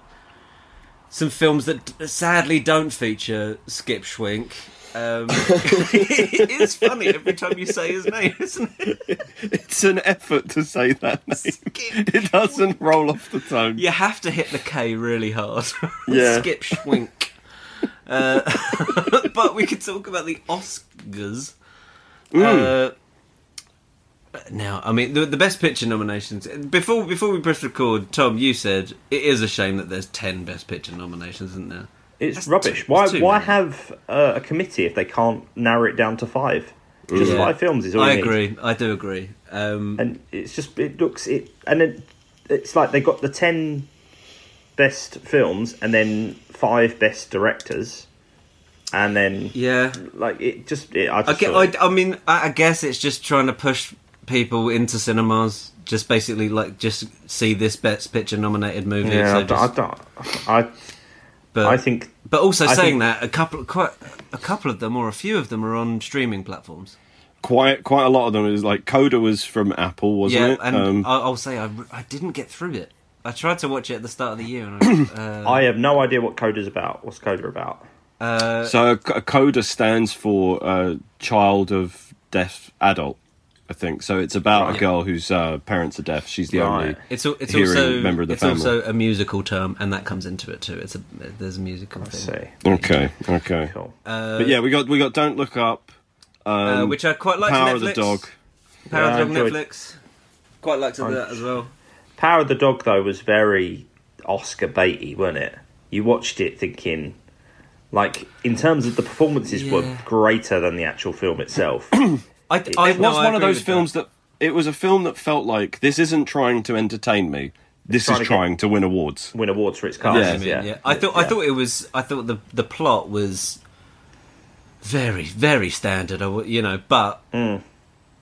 S5: some films that d- sadly don't feature Skip Schwink? Um, it is funny every time you say his name, isn't it?
S4: It's an effort to say that name.
S5: Skip.
S4: It doesn't roll off the tongue.
S5: You have to hit the K really hard.
S4: Yeah.
S5: Skip Schwink. uh, but we could talk about the Oscars. Uh, now, I mean, the, the best picture nominations. Before before we press record, Tom, you said it is a shame that there's ten best picture nominations, isn't there?
S3: It's
S5: That's
S3: rubbish.
S5: too-
S3: why
S5: that's too
S3: why
S5: many.
S3: have uh, a committee if they can't narrow it down to five? Just
S5: Yeah.
S3: five films is all
S5: I
S3: you need.
S5: agree. I do agree. Um,
S3: and it's just it looks it and then it's like they got the 10 best films and then five best directors and then
S5: yeah,
S3: like it just it, i
S5: I
S3: just
S5: get.
S3: thought
S5: I, I mean, I, I guess it's just trying to push people into cinemas. Just basically like just see this best picture nominated movie.
S3: Yeah,
S5: so
S3: I,
S5: just- Uh,
S3: don't, I, don't-
S5: but,
S3: I, I think
S5: But also
S3: I think-
S5: saying that a couple, quite a couple of them or a few of them are on streaming platforms.
S4: Quite quite a lot of them is like Coda was from Apple, wasn't
S5: yeah,
S4: it?
S5: and
S4: Um,
S5: I, I'll say I, re- I didn't get through it. I tried to watch it at the start of the year, and I, uh,
S3: I have no idea what Coda's about. What's Coda about?
S4: so uh, C- Coda stands for uh, Child of Deaf Adult, I think. So it's about a girl whose uh, parents are deaf. She's the
S3: Right.
S4: only
S5: it's al- it's
S4: hearing
S5: also
S4: member of the
S5: it's
S4: family.
S5: also a musical term, and that comes into it too. It's a there's a musical
S3: Let's
S5: thing,
S3: see.
S4: Okay, okay.
S3: Cool.
S4: but yeah, we got we got Don't Look Up,
S5: uh, which I quite liked.
S4: Power
S5: Netflix.
S4: of the Dog.
S5: Power
S3: Yeah, I
S5: of the Dog
S3: enjoyed-
S5: Netflix. Quite liked that as well.
S3: Power of the Dog though was very Oscar baity, wasn't it? You watched it thinking, like, in terms of the performances were
S5: Yeah.
S3: greater than the actual film itself.
S5: I, I,
S4: It was one of those films that. it was a film that felt like this isn't trying to entertain me. This
S3: trying
S4: is
S3: to get-
S4: trying to win awards.
S3: Win awards for its
S4: Yeah.
S3: cast.
S5: I
S3: Yeah,
S5: mean, yeah. I thought I thought it was I thought the the plot was very very standard. I w- You know, but
S4: Mm.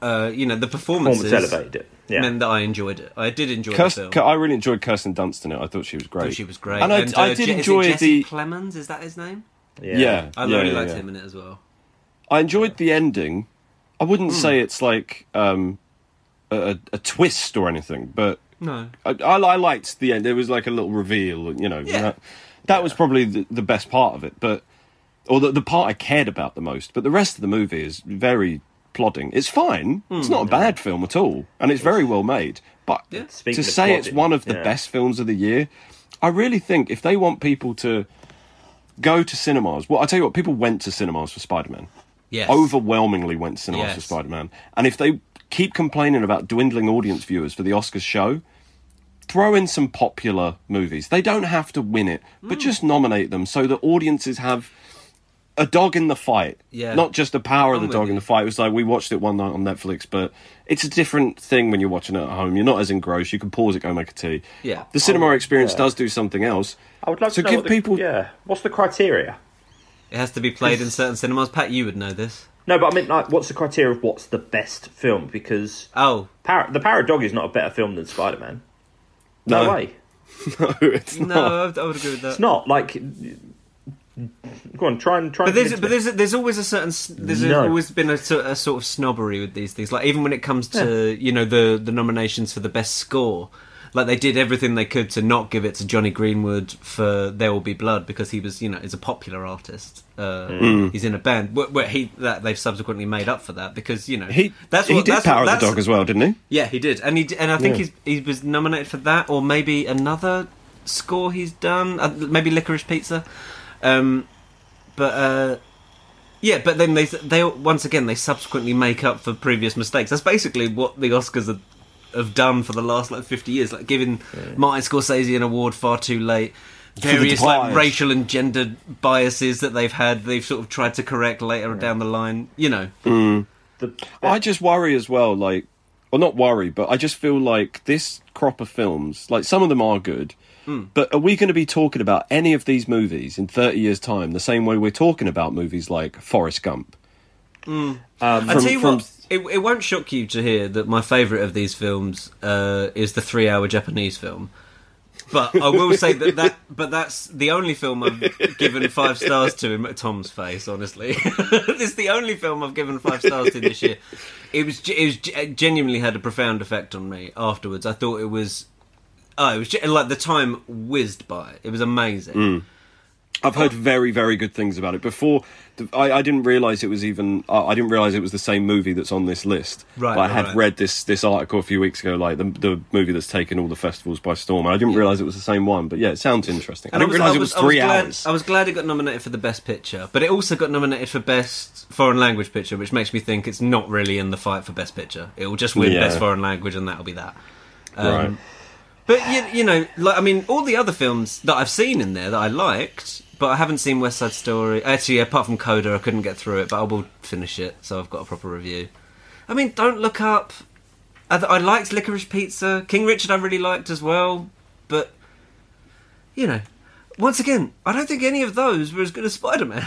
S5: uh, you know the performances
S3: performance elevated it. Yeah,
S5: meant that I enjoyed it. I did enjoy the
S4: Kirsten,
S5: film.
S4: I really enjoyed Kirsten Dunst in it. I thought she was great.
S5: thought she was great.
S4: and I,
S5: And,
S4: I
S5: uh,
S4: did
S5: Je- is it
S4: enjoy
S5: Jesse
S4: the
S5: Plemons. Is that his name?
S4: yeah. yeah.
S5: I really
S4: yeah,
S5: liked
S4: yeah.
S5: him in it as well.
S4: I enjoyed the ending. I wouldn't
S5: Hmm.
S4: say it's like um, a, a- a twist or anything, but
S5: No,
S4: I, I, I liked the end. There was like a little reveal, you know.
S5: Yeah.
S4: That, that was probably the, the best part of it, but or the, the part I cared about the most. But the rest of the movie is very plodding. It's fine. It's
S3: Hmm.
S4: not a bad film at all, and it's very well made. But
S3: Speaking
S4: to
S3: of
S4: say it's
S3: plodding,
S4: one of the
S3: yeah.
S4: best films of the year, I really think if they want people to go to cinemas, well, I tell you what, people went to cinemas for Spider Man
S5: yes,
S4: overwhelmingly went to cinemas for
S5: Yes.
S4: Spider Man. And if they keep complaining about dwindling audience viewers for the Oscars show, throw in some popular movies. They don't have to win it,
S5: Mm.
S4: but just nominate them so that audiences have a dog in the fight.
S5: Yeah.
S4: Not just the power of
S5: I'm
S4: the
S5: with
S4: dog
S5: you.
S4: in the fight. It was like we watched it one night on Netflix, but it's a different thing when you're watching it at home. You're not as engrossed. You can pause it, go make a tea.
S5: Yeah.
S4: The cinema experience does do something else.
S3: I would love
S4: so
S3: to know
S4: give
S3: what the-
S4: people
S3: Yeah, what's the criteria?
S5: it has to be played in certain cinemas. Pat, you would know this.
S3: No, but I mean, like, what's the criteria of what's the best film? Because
S5: Oh
S3: Power, the Power of Dog is not a better film than Spider Man. No,
S4: No.
S3: way,
S4: it's
S5: no,
S4: not.
S5: I would- I would agree with that.
S3: it's not. Like, go on, try and try.
S5: But
S3: and
S5: there's,
S3: convince
S5: but
S3: me.
S5: there's, there's always a certain, s- there's
S3: No.
S5: always been a, sor- a sort of snobbery with these things. Like even when it comes to you know the the nominations for the best score, like they did everything they could to not give it to Johnny Greenwood for There Will Be Blood because he was you know is a popular artist. Uh, He's in a band where, where he that they've subsequently made up for that because you know
S4: He,
S5: that's
S4: he
S5: what
S4: did
S5: that's
S4: Power
S5: what,
S4: of the
S5: that's-
S4: Dog as well, didn't he?
S5: Yeah, he did, and he d- and I think he's he was nominated for that or maybe another score he's done, uh, maybe Licorice Pizza. Um, but uh, yeah, but then they they once again they subsequently make up for previous mistakes. That's basically what the Oscars are, have done for the last like fifty years, like giving Martin Scorsese an award far too late.
S4: The
S5: Various like
S4: Departed.
S5: racial and gender biases that they've had, they've sort of tried to correct later down the line. You know,
S4: I just worry as well, like, well, not worry, but I just feel like this crop of films, like, some of them are good,
S5: Hmm.
S4: but are we going to be talking about any of these movies in 30 years' time the same way we're talking about movies like Forrest Gump?
S5: Hmm.
S4: Um,
S5: I
S4: from-
S5: tell you
S4: from-
S5: what, it, it won't shock you to hear that my favourite of these films uh, is the three-hour Japanese film. But I will say that that, but that's the only film I've given five stars to in Tom's face. Honestly, it's the only film I've given five stars to this year. It was, ge- it was ge- it genuinely had a profound effect on me afterwards. I thought it was, oh, it was ge- like the time whizzed by. It was amazing.
S4: I've heard very, very good things about it. Before, th- I, I didn't realize it was even. I I didn't realize it was the same movie that's on this list.
S5: Right,
S4: But I
S5: right,
S4: had
S5: right.
S4: read this this article a few weeks ago, like the the movie that's taken all the festivals by storm. And I didn't realize it was the same one. But yeah, it sounds interesting. I didn't realize it was three
S5: glad, um,
S4: hours.
S5: I was glad it got nominated for the best picture, but it also got nominated for best foreign language picture, which makes me think it's not really in the fight for best picture. It will just win
S4: Yeah.
S5: best foreign language, and that'll be that.
S4: right.
S5: But you, you know, like I mean, all the other films that I've seen in there that I liked, but I haven't seen West Side Story. Actually, apart from Coda, I couldn't get through it, but I will finish it, so I've got a proper review. I mean, don't look up. I, I liked Licorice Pizza. King Richard, I really liked as well, but you know, once again, I don't think any of those were as good as Spider Man.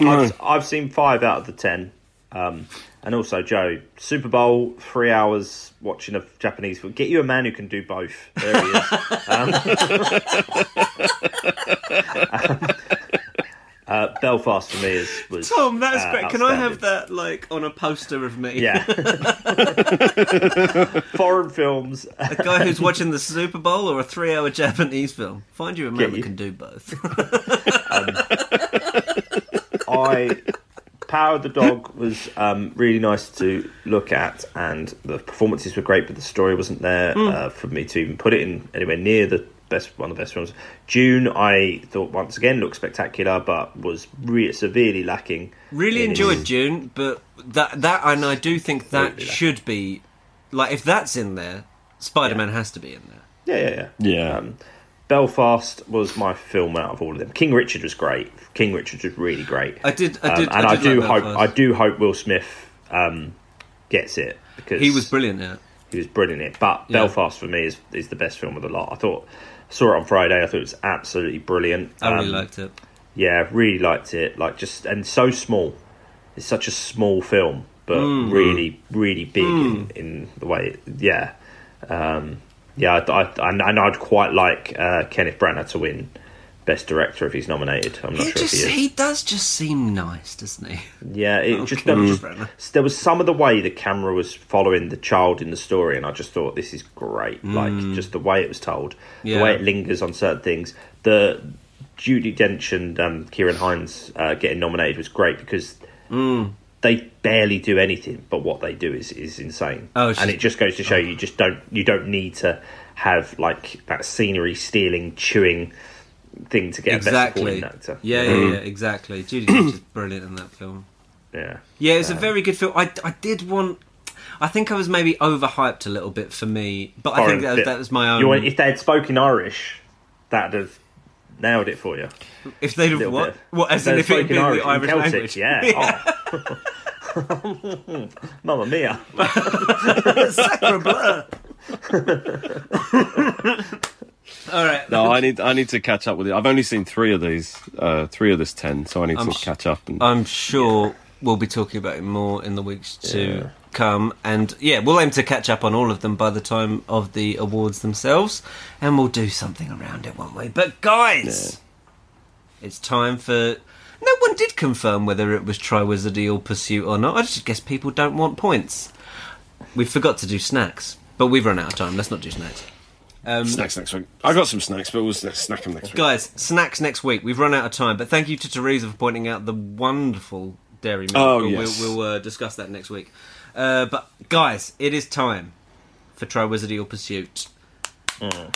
S3: I've, I've seen five out of the ten. Um, and also, Joe, Super Bowl, three hours watching a Japanese football. Get you a man who can do both. There he is. um, uh, Belfast for me is was
S5: Tom, that's
S3: uh,
S5: great. Can I have
S3: outstanding.
S5: that like on a poster of me?
S3: Yeah. Foreign films.
S5: a guy who's watching the Super Bowl or a three-hour Japanese film. Find you a man
S3: Get
S5: that
S3: you.
S5: can do both.
S3: I Power of the Dog was um, really nice to look at, and the performances were great, but the story wasn't there
S5: Hmm.
S3: uh, for me to even put it in anywhere near the best one of the best films. June, I thought once again looked spectacular, but was re- severely lacking.
S5: really
S3: in
S5: enjoyed
S3: its-
S5: June, but that that and I do think that
S3: Absolutely.
S5: should be like if that's in there, Spider-Man has to be in there.
S3: Yeah, yeah, yeah.
S4: Yeah.
S3: Um, Belfast was my film out of all of them. King Richard was great. King Richard was really great. Um,
S5: I did- I did- I
S3: and I,
S5: did
S3: do
S5: like
S3: hope.
S5: Belfast.
S3: I do hope Will Smith um, gets it because
S5: He was brilliant in it.
S3: he was brilliant in it. But
S5: Yeah.
S3: Belfast for me is is the best film of the lot. I thought saw it on Friday. I thought it was absolutely brilliant.
S5: I really
S3: Um,
S5: liked it.
S3: Yeah, really liked it. Like just and so small. It's such a small film, but
S5: Mm.
S3: really, really big in, in the way. It, yeah, um, yeah. I, I, I, and I'd quite like uh, Kenneth Branagh to win best director if he's nominated. I'm not
S5: He
S3: sure
S5: just
S3: if he is.
S5: he does just seem nice, doesn't he?
S3: Yeah,
S5: Oh,
S3: it just, there was
S5: Kenneth
S3: just there was some of the way the camera was following the child in the story, and I just thought this is great. Like just the way it was told,
S5: Mm. Yeah.
S3: the way it lingers on certain things. The Judy Dench and um, Kieran Hines uh, getting nominated was great because
S5: Mm.
S3: they barely do anything, but what they do is is insane.
S5: Oh, she's-
S3: and it just goes to show you just don't you don't need to have like that scenery stealing chewing thing to get a best supporting
S5: Exactly. Yeah,
S3: actor. Mm.
S5: yeah, yeah, exactly. Judy Dench is brilliant in that film.
S3: yeah.
S5: Yeah, it's a very good film. I, I did want. I think I was maybe overhyped a little bit for me, but I think
S3: foreign
S5: that,
S3: bit.
S5: that was my own.
S3: You want- if they had spoken Irish, that'd have nailed it for you.
S5: if they'd have
S3: Little
S5: what?
S3: bit.
S5: What as
S3: They'd
S5: in
S3: have
S5: if it had
S3: spoken
S5: been the
S3: in
S5: Irish
S3: Celtic,
S5: language?
S3: Yeah. Oh. Mamma mia.
S5: Sacre bleu. All right.
S4: No, I need I need to catch up with it. I've only seen three of these, uh, three of this ten, so I need to
S5: s-
S4: catch up. And
S5: I'm sure we'll be talking about it more in the weeks to come. And yeah, we'll aim to catch up on all of them by the time of the awards themselves. And we'll do something around it, won't we? But guys, it's time for. No one did confirm whether it was Triwizardy or Pursuit or not. I just guess people don't want points. We forgot to do snacks, but we've run out of time. Let's not do snacks. Um,
S4: snacks next week. I got some snacks, but we'll sn- snack them next week.
S5: Guys, snacks next week. We've run out of time, but thank you to Teresa for pointing out the wonderful dairy milk.
S4: Oh,
S5: We'll-
S4: yes.
S5: We'll, we'll uh, discuss that next week. Uh, but guys, it is time for Triwizardy or Pursuit.
S4: Mm.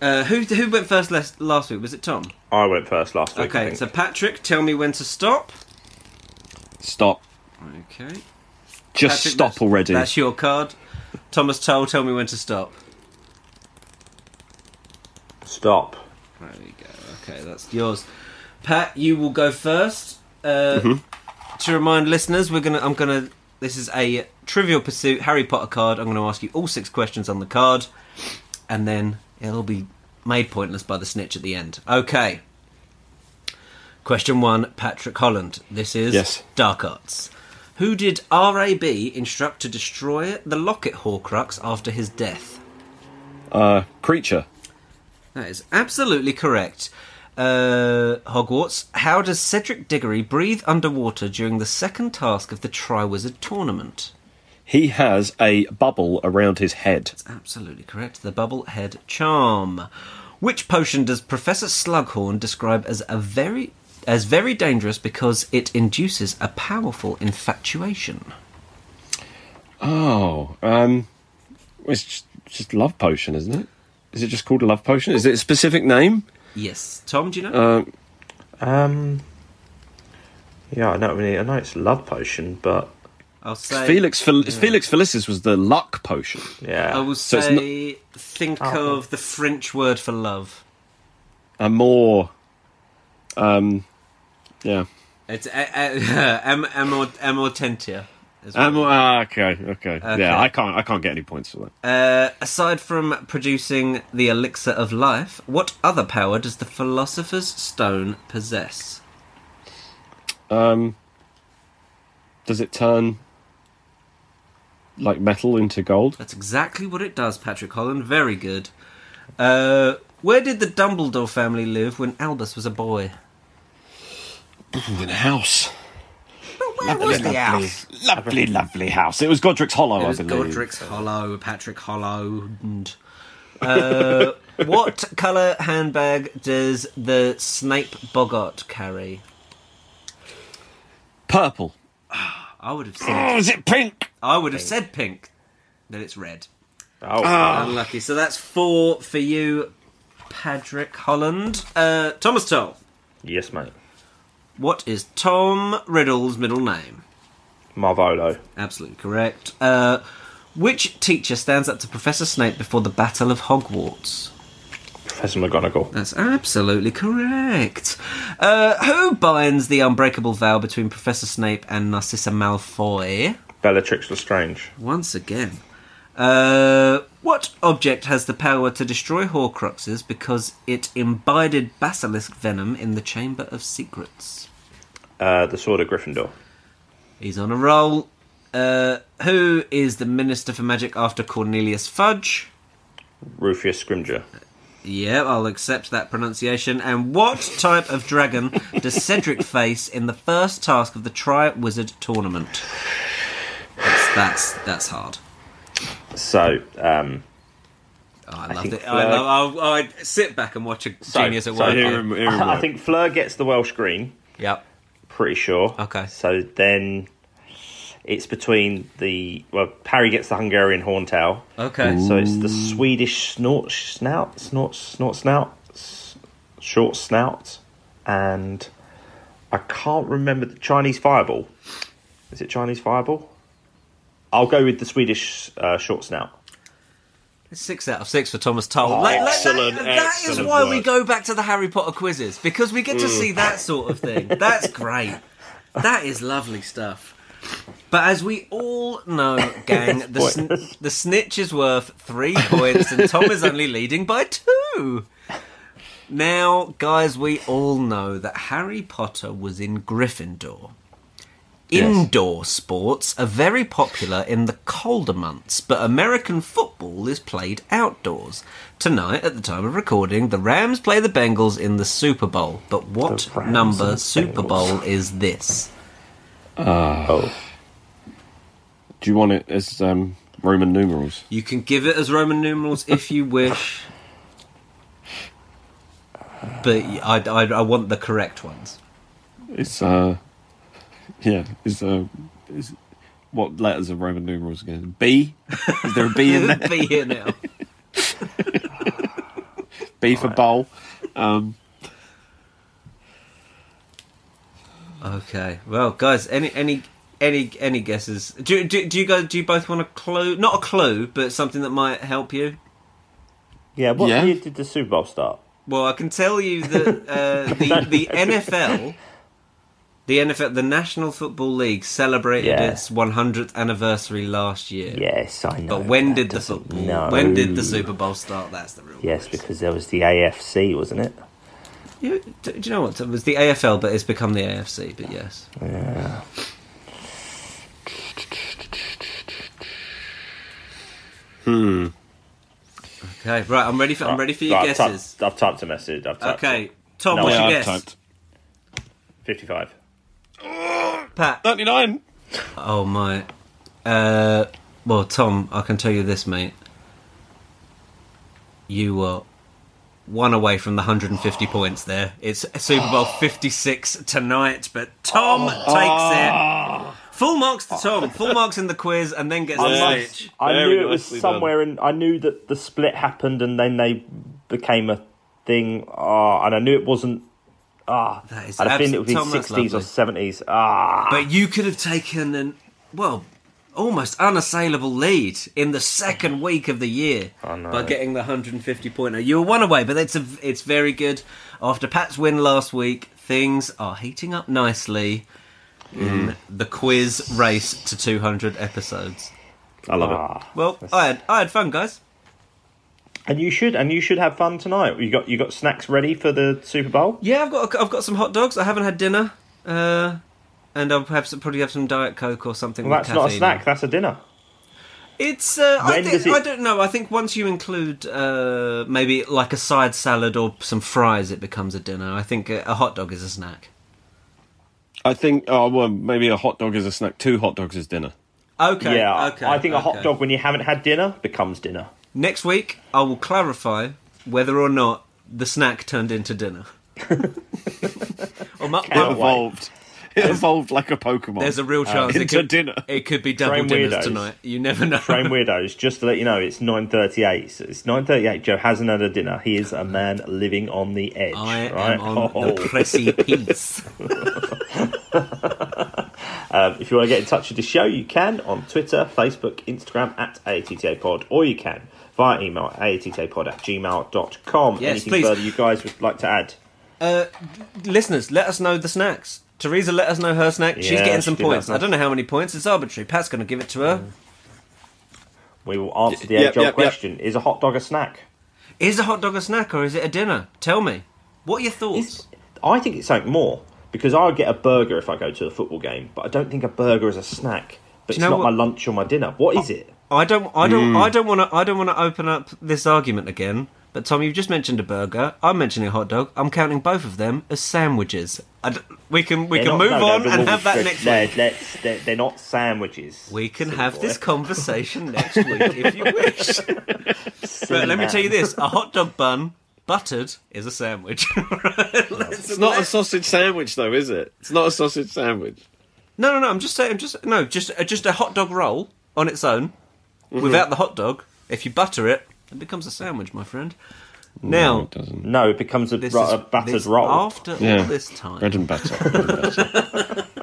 S5: Uh, who who went first last, last week? Was it Tom?
S3: I went first last week. I
S5: Okay,
S3: think.
S5: so Patrick, tell me when to stop.
S4: Stop.
S5: Okay,
S4: Just
S5: Patrick,
S4: stop
S5: that's-
S4: already.
S5: That's your card. Thomas Toll, tell me when to stop.
S3: Stop.
S5: There we go. Okay, that's yours. Pat, you will go first. Uh, To remind listeners, we're gonna. I'm gonna. This is a Trivial Pursuit Harry Potter card. I'm gonna ask you all six questions on the card, and then it'll be made pointless by the snitch at the end. Okay. Question one, Patrick Holland. This is
S4: Yes.
S5: Dark Arts. Who did R.A.B. instruct to destroy the Locket Horcrux after his death?
S4: Uh, creature.
S5: That is absolutely correct. Uh, Hogwarts, how does Cedric Diggory breathe underwater during the second task of the Triwizard Tournament?
S4: He has a bubble around his head.
S5: Absolutely correct. The Bubble Head Charm. Which potion does Professor Slughorn describe as a very as very dangerous because it induces a powerful infatuation?
S4: Oh, um, it's just, just love potion, isn't it? Is it just called a love potion? Is it a specific name?
S5: Yes, Tom, do you know?
S4: Uh,
S3: Um. Yeah, I know. I, mean, I know it's love potion, but
S5: I'll say
S4: Felix Fel- Felix Felicis was the luck potion.
S3: yeah,
S5: I will
S4: So it's
S5: say think of the French word for love.
S4: A more, um, yeah.
S5: It's a, a, am, amor, amortentia. as well.
S4: Um, ah, okay, okay,
S5: Okay.
S4: Yeah, I can't. I can't get any points for that.
S5: Uh, aside from producing the elixir of life, what other power does the philosopher's stone possess?
S4: Does it turn like metal into gold?
S5: That's exactly what it does, Patrick Holland. Very good. Uh, where did the Dumbledore family live when Albus was a boy?
S4: Ooh, in a house.
S5: Where was the house?
S4: Lovely, lovely house. It was Godric's Hollow,
S5: It was
S4: I believe.
S5: Godric's Hollow, Patrick Hollow, and. Uh, what colour handbag does the Snape Bogart carry?
S4: Purple.
S5: I would have said
S4: Oh, is it pink?
S5: I would have said pink. Then it's red.
S3: Oh,
S5: Unlucky. So that's four for you, Patrick Holland. Uh, Thomas Toll.
S3: yes, mate.
S5: What is Tom Riddle's middle name?
S3: Marvolo.
S5: Absolutely correct. Uh, which teacher stands up to Professor Snape before the Battle of Hogwarts?
S3: Professor McGonagall.
S5: That's absolutely correct. Uh, who binds the unbreakable vow between Professor Snape and Narcissa Malfoy?
S3: Bellatrix Lestrange.
S5: Once again. Uh, what object has the power to destroy Horcruxes because it imbibed basilisk venom in the Chamber of Secrets?
S3: Uh, the Sword of Gryffindor.
S5: He's on a roll. Uh, who is the Minister for Magic after Cornelius Fudge?
S3: Rufius Scrimger.
S5: Yeah, I'll accept that pronunciation. And what type of dragon does Cedric face in the first task of the Tri Wizard tournament? That's that's, that's hard.
S3: So, um,
S5: Oh, I love
S3: think
S5: it. I
S3: Fleur-
S5: love. I, I sit back and watch a
S3: so,
S5: genius at
S3: so
S5: work.
S4: Hear him, hear him,
S3: I
S4: mate.
S3: think Fleur gets the Welsh green.
S5: Yep.
S3: Pretty sure.
S5: Okay.
S3: So then it's between the well, Harry gets the Hungarian horntail.
S5: Okay.
S3: So it's the Swedish snort snout, snort snort snout, s- short snout, and I can't remember the Chinese fireball. Is it Chinese fireball? I'll go with the Swedish uh, short snout.
S5: Six out of six for Thomas Toll. Like- like that-
S4: Oh, excellent,
S5: that is
S4: excellent
S5: why we
S4: work. Mm.
S5: go back to the Harry Potter quizzes because we get to see that sort of thing. That's great. That is lovely stuff. But as we all know, gang, the, sn- the snitch is worth three points, and Tom is only leading by two. Now, guys, we all know that Harry Potter was in Gryffindor. Indoor sports are very popular in the colder months, but American football is played outdoors. Tonight, at the time of recording, the Rams play the Bengals in the Super Bowl. But what
S3: The Rams and
S5: number
S3: the
S5: Super
S3: Bengals.
S5: Bowl is this?
S3: Oh,
S4: Do you want it as um, Roman numerals?
S5: You can give it as Roman numerals if you wish, but I, I, I want the correct ones.
S4: It's uh, yeah. It's uh, is what letters are Roman numerals again? B. Is there a B in there?
S5: Be here now.
S4: B for bowl.
S5: Okay. Well, guys, any any any any guesses? Do do, do you guys do you both want a clue? Not a clue, but something that might help you.
S3: yeah. What
S4: Yeah.
S3: year did the Super Bowl start?
S5: Well, I can tell you that uh, the the NFL, the NFL, the National Football League celebrated
S3: Yeah.
S5: its 100th anniversary last year.
S3: Yes, I know.
S5: But when
S3: that
S5: did the
S3: doesn't-
S5: football?
S3: No.
S5: When did the Super Bowl start? That's the real.
S3: Yes,
S5: question.
S3: because there was the AFC, wasn't it?
S5: You- do, do you know what? It was the AFL, but it's become the AFC. But yes, okay, right. I'm ready for I'm ready for your
S3: Right, I've
S5: guesses.
S3: typed- I've typed a message. I've typed
S5: Okay,
S3: it.
S5: Tom,
S3: No,
S5: what's
S3: I
S5: your
S4: I've
S5: guess?
S4: Uh, typed
S3: 55.
S5: Pat.
S4: ninety nine.
S5: Oh my. Uh, well, Tom, I can tell you this, mate. You were one away from the 150 points there. It's Super Bowl 56 tonight, but Tom takes it. Full marks to Tom. Full marks in the quiz, and then gets the
S4: Yes.
S5: switch.
S3: I
S4: Very
S3: knew it was
S4: nicely
S3: somewhere, and I knew that the split happened, and then they became a thing. Ah, and I knew it wasn't. Ah,
S5: That is
S3: and I think
S5: abs-
S3: it was in
S5: Tom, that's
S3: sixties or
S5: lovely.
S3: seventies. Ah,
S5: But you could have taken an well, almost unassailable lead in the second week of the year
S3: know.
S5: by getting the 150 pointer. You were one away, but it's a, it's very good. After Pat's win last week, things are heating up nicely
S3: Hmm.
S5: in the quiz race to 200 episodes.
S4: I love it.
S3: ah.
S5: Well, I had I had fun, guys.
S3: and you should, and you should have fun tonight. You got you got snacks ready for the Super Bowl.
S5: Yeah, I've got I've got some hot dogs. I haven't had dinner. Uh, and I'll have some, probably have some diet coke or something.
S3: Well,
S5: with
S3: that's not a
S5: caffeine.
S3: snack. That's a dinner.
S5: It's. Uh, I,
S3: When
S5: think,
S3: does it-
S5: I don't know. I think once you include uh, maybe like a side salad or some fries, it becomes a dinner. I think a, a hot dog is a snack.
S4: I think, oh, well, maybe a hot dog is a snack, two hot dogs is dinner.
S5: Okay.
S3: yeah,
S5: Okay.
S3: I think a hot
S5: okay.
S3: dog when you haven't had dinner becomes dinner.
S5: Next week, I will clarify whether or not the snack turned into dinner. or mu-
S3: Cannot wait.
S5: well,
S3: Uh,
S4: Evolved. It evolved like a Pokemon. Uh,
S5: there's a real chance it
S4: into
S5: could
S4: dinner.
S5: It could be double
S3: Train
S5: dinners
S3: weirdos.
S5: tonight. You never know.
S3: Train weirdos, just to let you know, it's nine thirty-eight. So it's nine thirty-eight. Joe hasn't had a dinner. He is a man living on the edge.
S5: I
S3: right?
S5: am on
S3: Oh.
S5: the precipice.
S3: Um, if you want to get in touch with the show, you can on Twitter, Facebook, Instagram at AATTA Pod, or you can via email AATTAPod at gmail.com.
S5: Yes,
S3: Anything
S5: please.
S3: further you guys would like to add?
S5: Listeners, let us know the snacks. Teresa, let us know her snack. She's
S3: Yeah,
S5: getting some
S3: she did let
S5: points.
S3: us know.
S5: I don't know how many points. It's arbitrary. Pat's going to give it to her.
S3: We will answer the
S4: Yep,
S3: age old
S4: yep, yep.
S3: question Is a hot dog a snack?
S5: Is a hot dog a snack or is it a dinner? Tell me. What are your thoughts?
S3: I think it's something more because I would get a burger if I go to a football game, but I don't think a burger is a snack. But it's
S5: you know
S3: not
S5: what-
S3: my lunch or my dinner. What is it?
S5: I don't. I
S3: Hmm.
S5: don't. I don't want to. I don't want to open up this argument again. But Tom, you've just mentioned a burger. I'm mentioning a hot dog. I'm counting both of them as sandwiches. I d- we can. We
S3: They're not-
S5: can move
S3: no,
S5: on
S3: they're
S5: and have that
S3: Wolfram-
S5: next
S3: they're,
S5: week.
S3: let's- they're, they're not sandwiches.
S5: We can
S3: silly
S5: have this
S3: boy.
S5: conversation next week if you wish.
S3: Silly
S5: but let me
S3: man.
S5: tell you this: a hot dog bun buttered is a sandwich.
S4: It's not a sausage sandwich, though, is it? It's not a sausage sandwich.
S5: No, no, no. I'm just saying. I'm just no. Just uh, just a hot dog roll on its own,
S3: Mm-hmm.
S5: without the hot dog. If you butter it, it becomes a sandwich, my friend. Now
S4: It doesn't.
S3: No, it becomes Mm-hmm. a,
S5: this
S3: ra-
S5: is
S3: a battered
S5: this-
S3: roll.
S5: After
S4: Yeah.
S5: all this time,
S4: Bread and butter. bread and butter.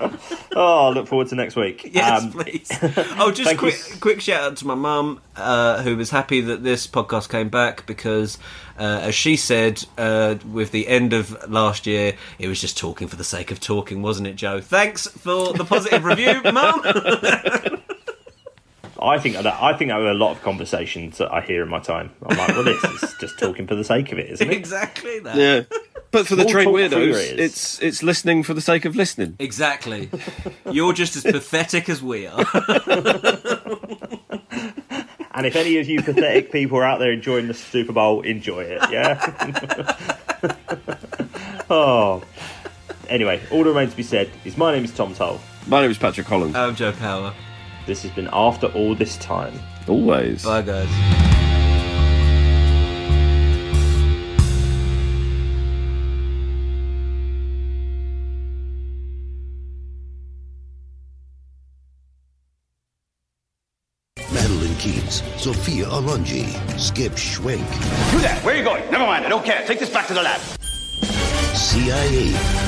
S3: Oh, I look forward to next week.
S5: yes,
S3: Um,
S5: please. Oh, just
S3: thank you
S5: quick
S3: s-
S5: quick shout out to my mum, uh, who was happy that this podcast came back because, uh, as she said, uh, with the end of last year, it was just talking for the sake of talking, wasn't it, Joe? Thanks for the positive review, mum.
S3: I think that I think that were a lot of conversations that I hear in my time. I'm like, well, this is just talking for the sake of it, isn't it?
S5: exactly that.
S4: Yeah. But for the
S3: We'll
S4: train
S3: talk
S4: weirdos,
S3: through it.
S4: it's it's listening for the sake of listening.
S5: Exactly. You're just as pathetic as we are.
S3: And if any of you pathetic people are out there enjoying the Super Bowl, enjoy it. Yeah. oh. Anyway, all that remains to be said is my name is Tom Toll.
S4: My name is Patrick Collins.
S5: I'm Joe Power.
S3: This has been after all this time.
S4: Always.
S5: Bye, guys.
S1: Madeline Keats, Sophia Alonji, Skip Schwenk,
S6: Do that. Where are you going? Never mind. I don't care. Take this back to the lab.
S1: CIA,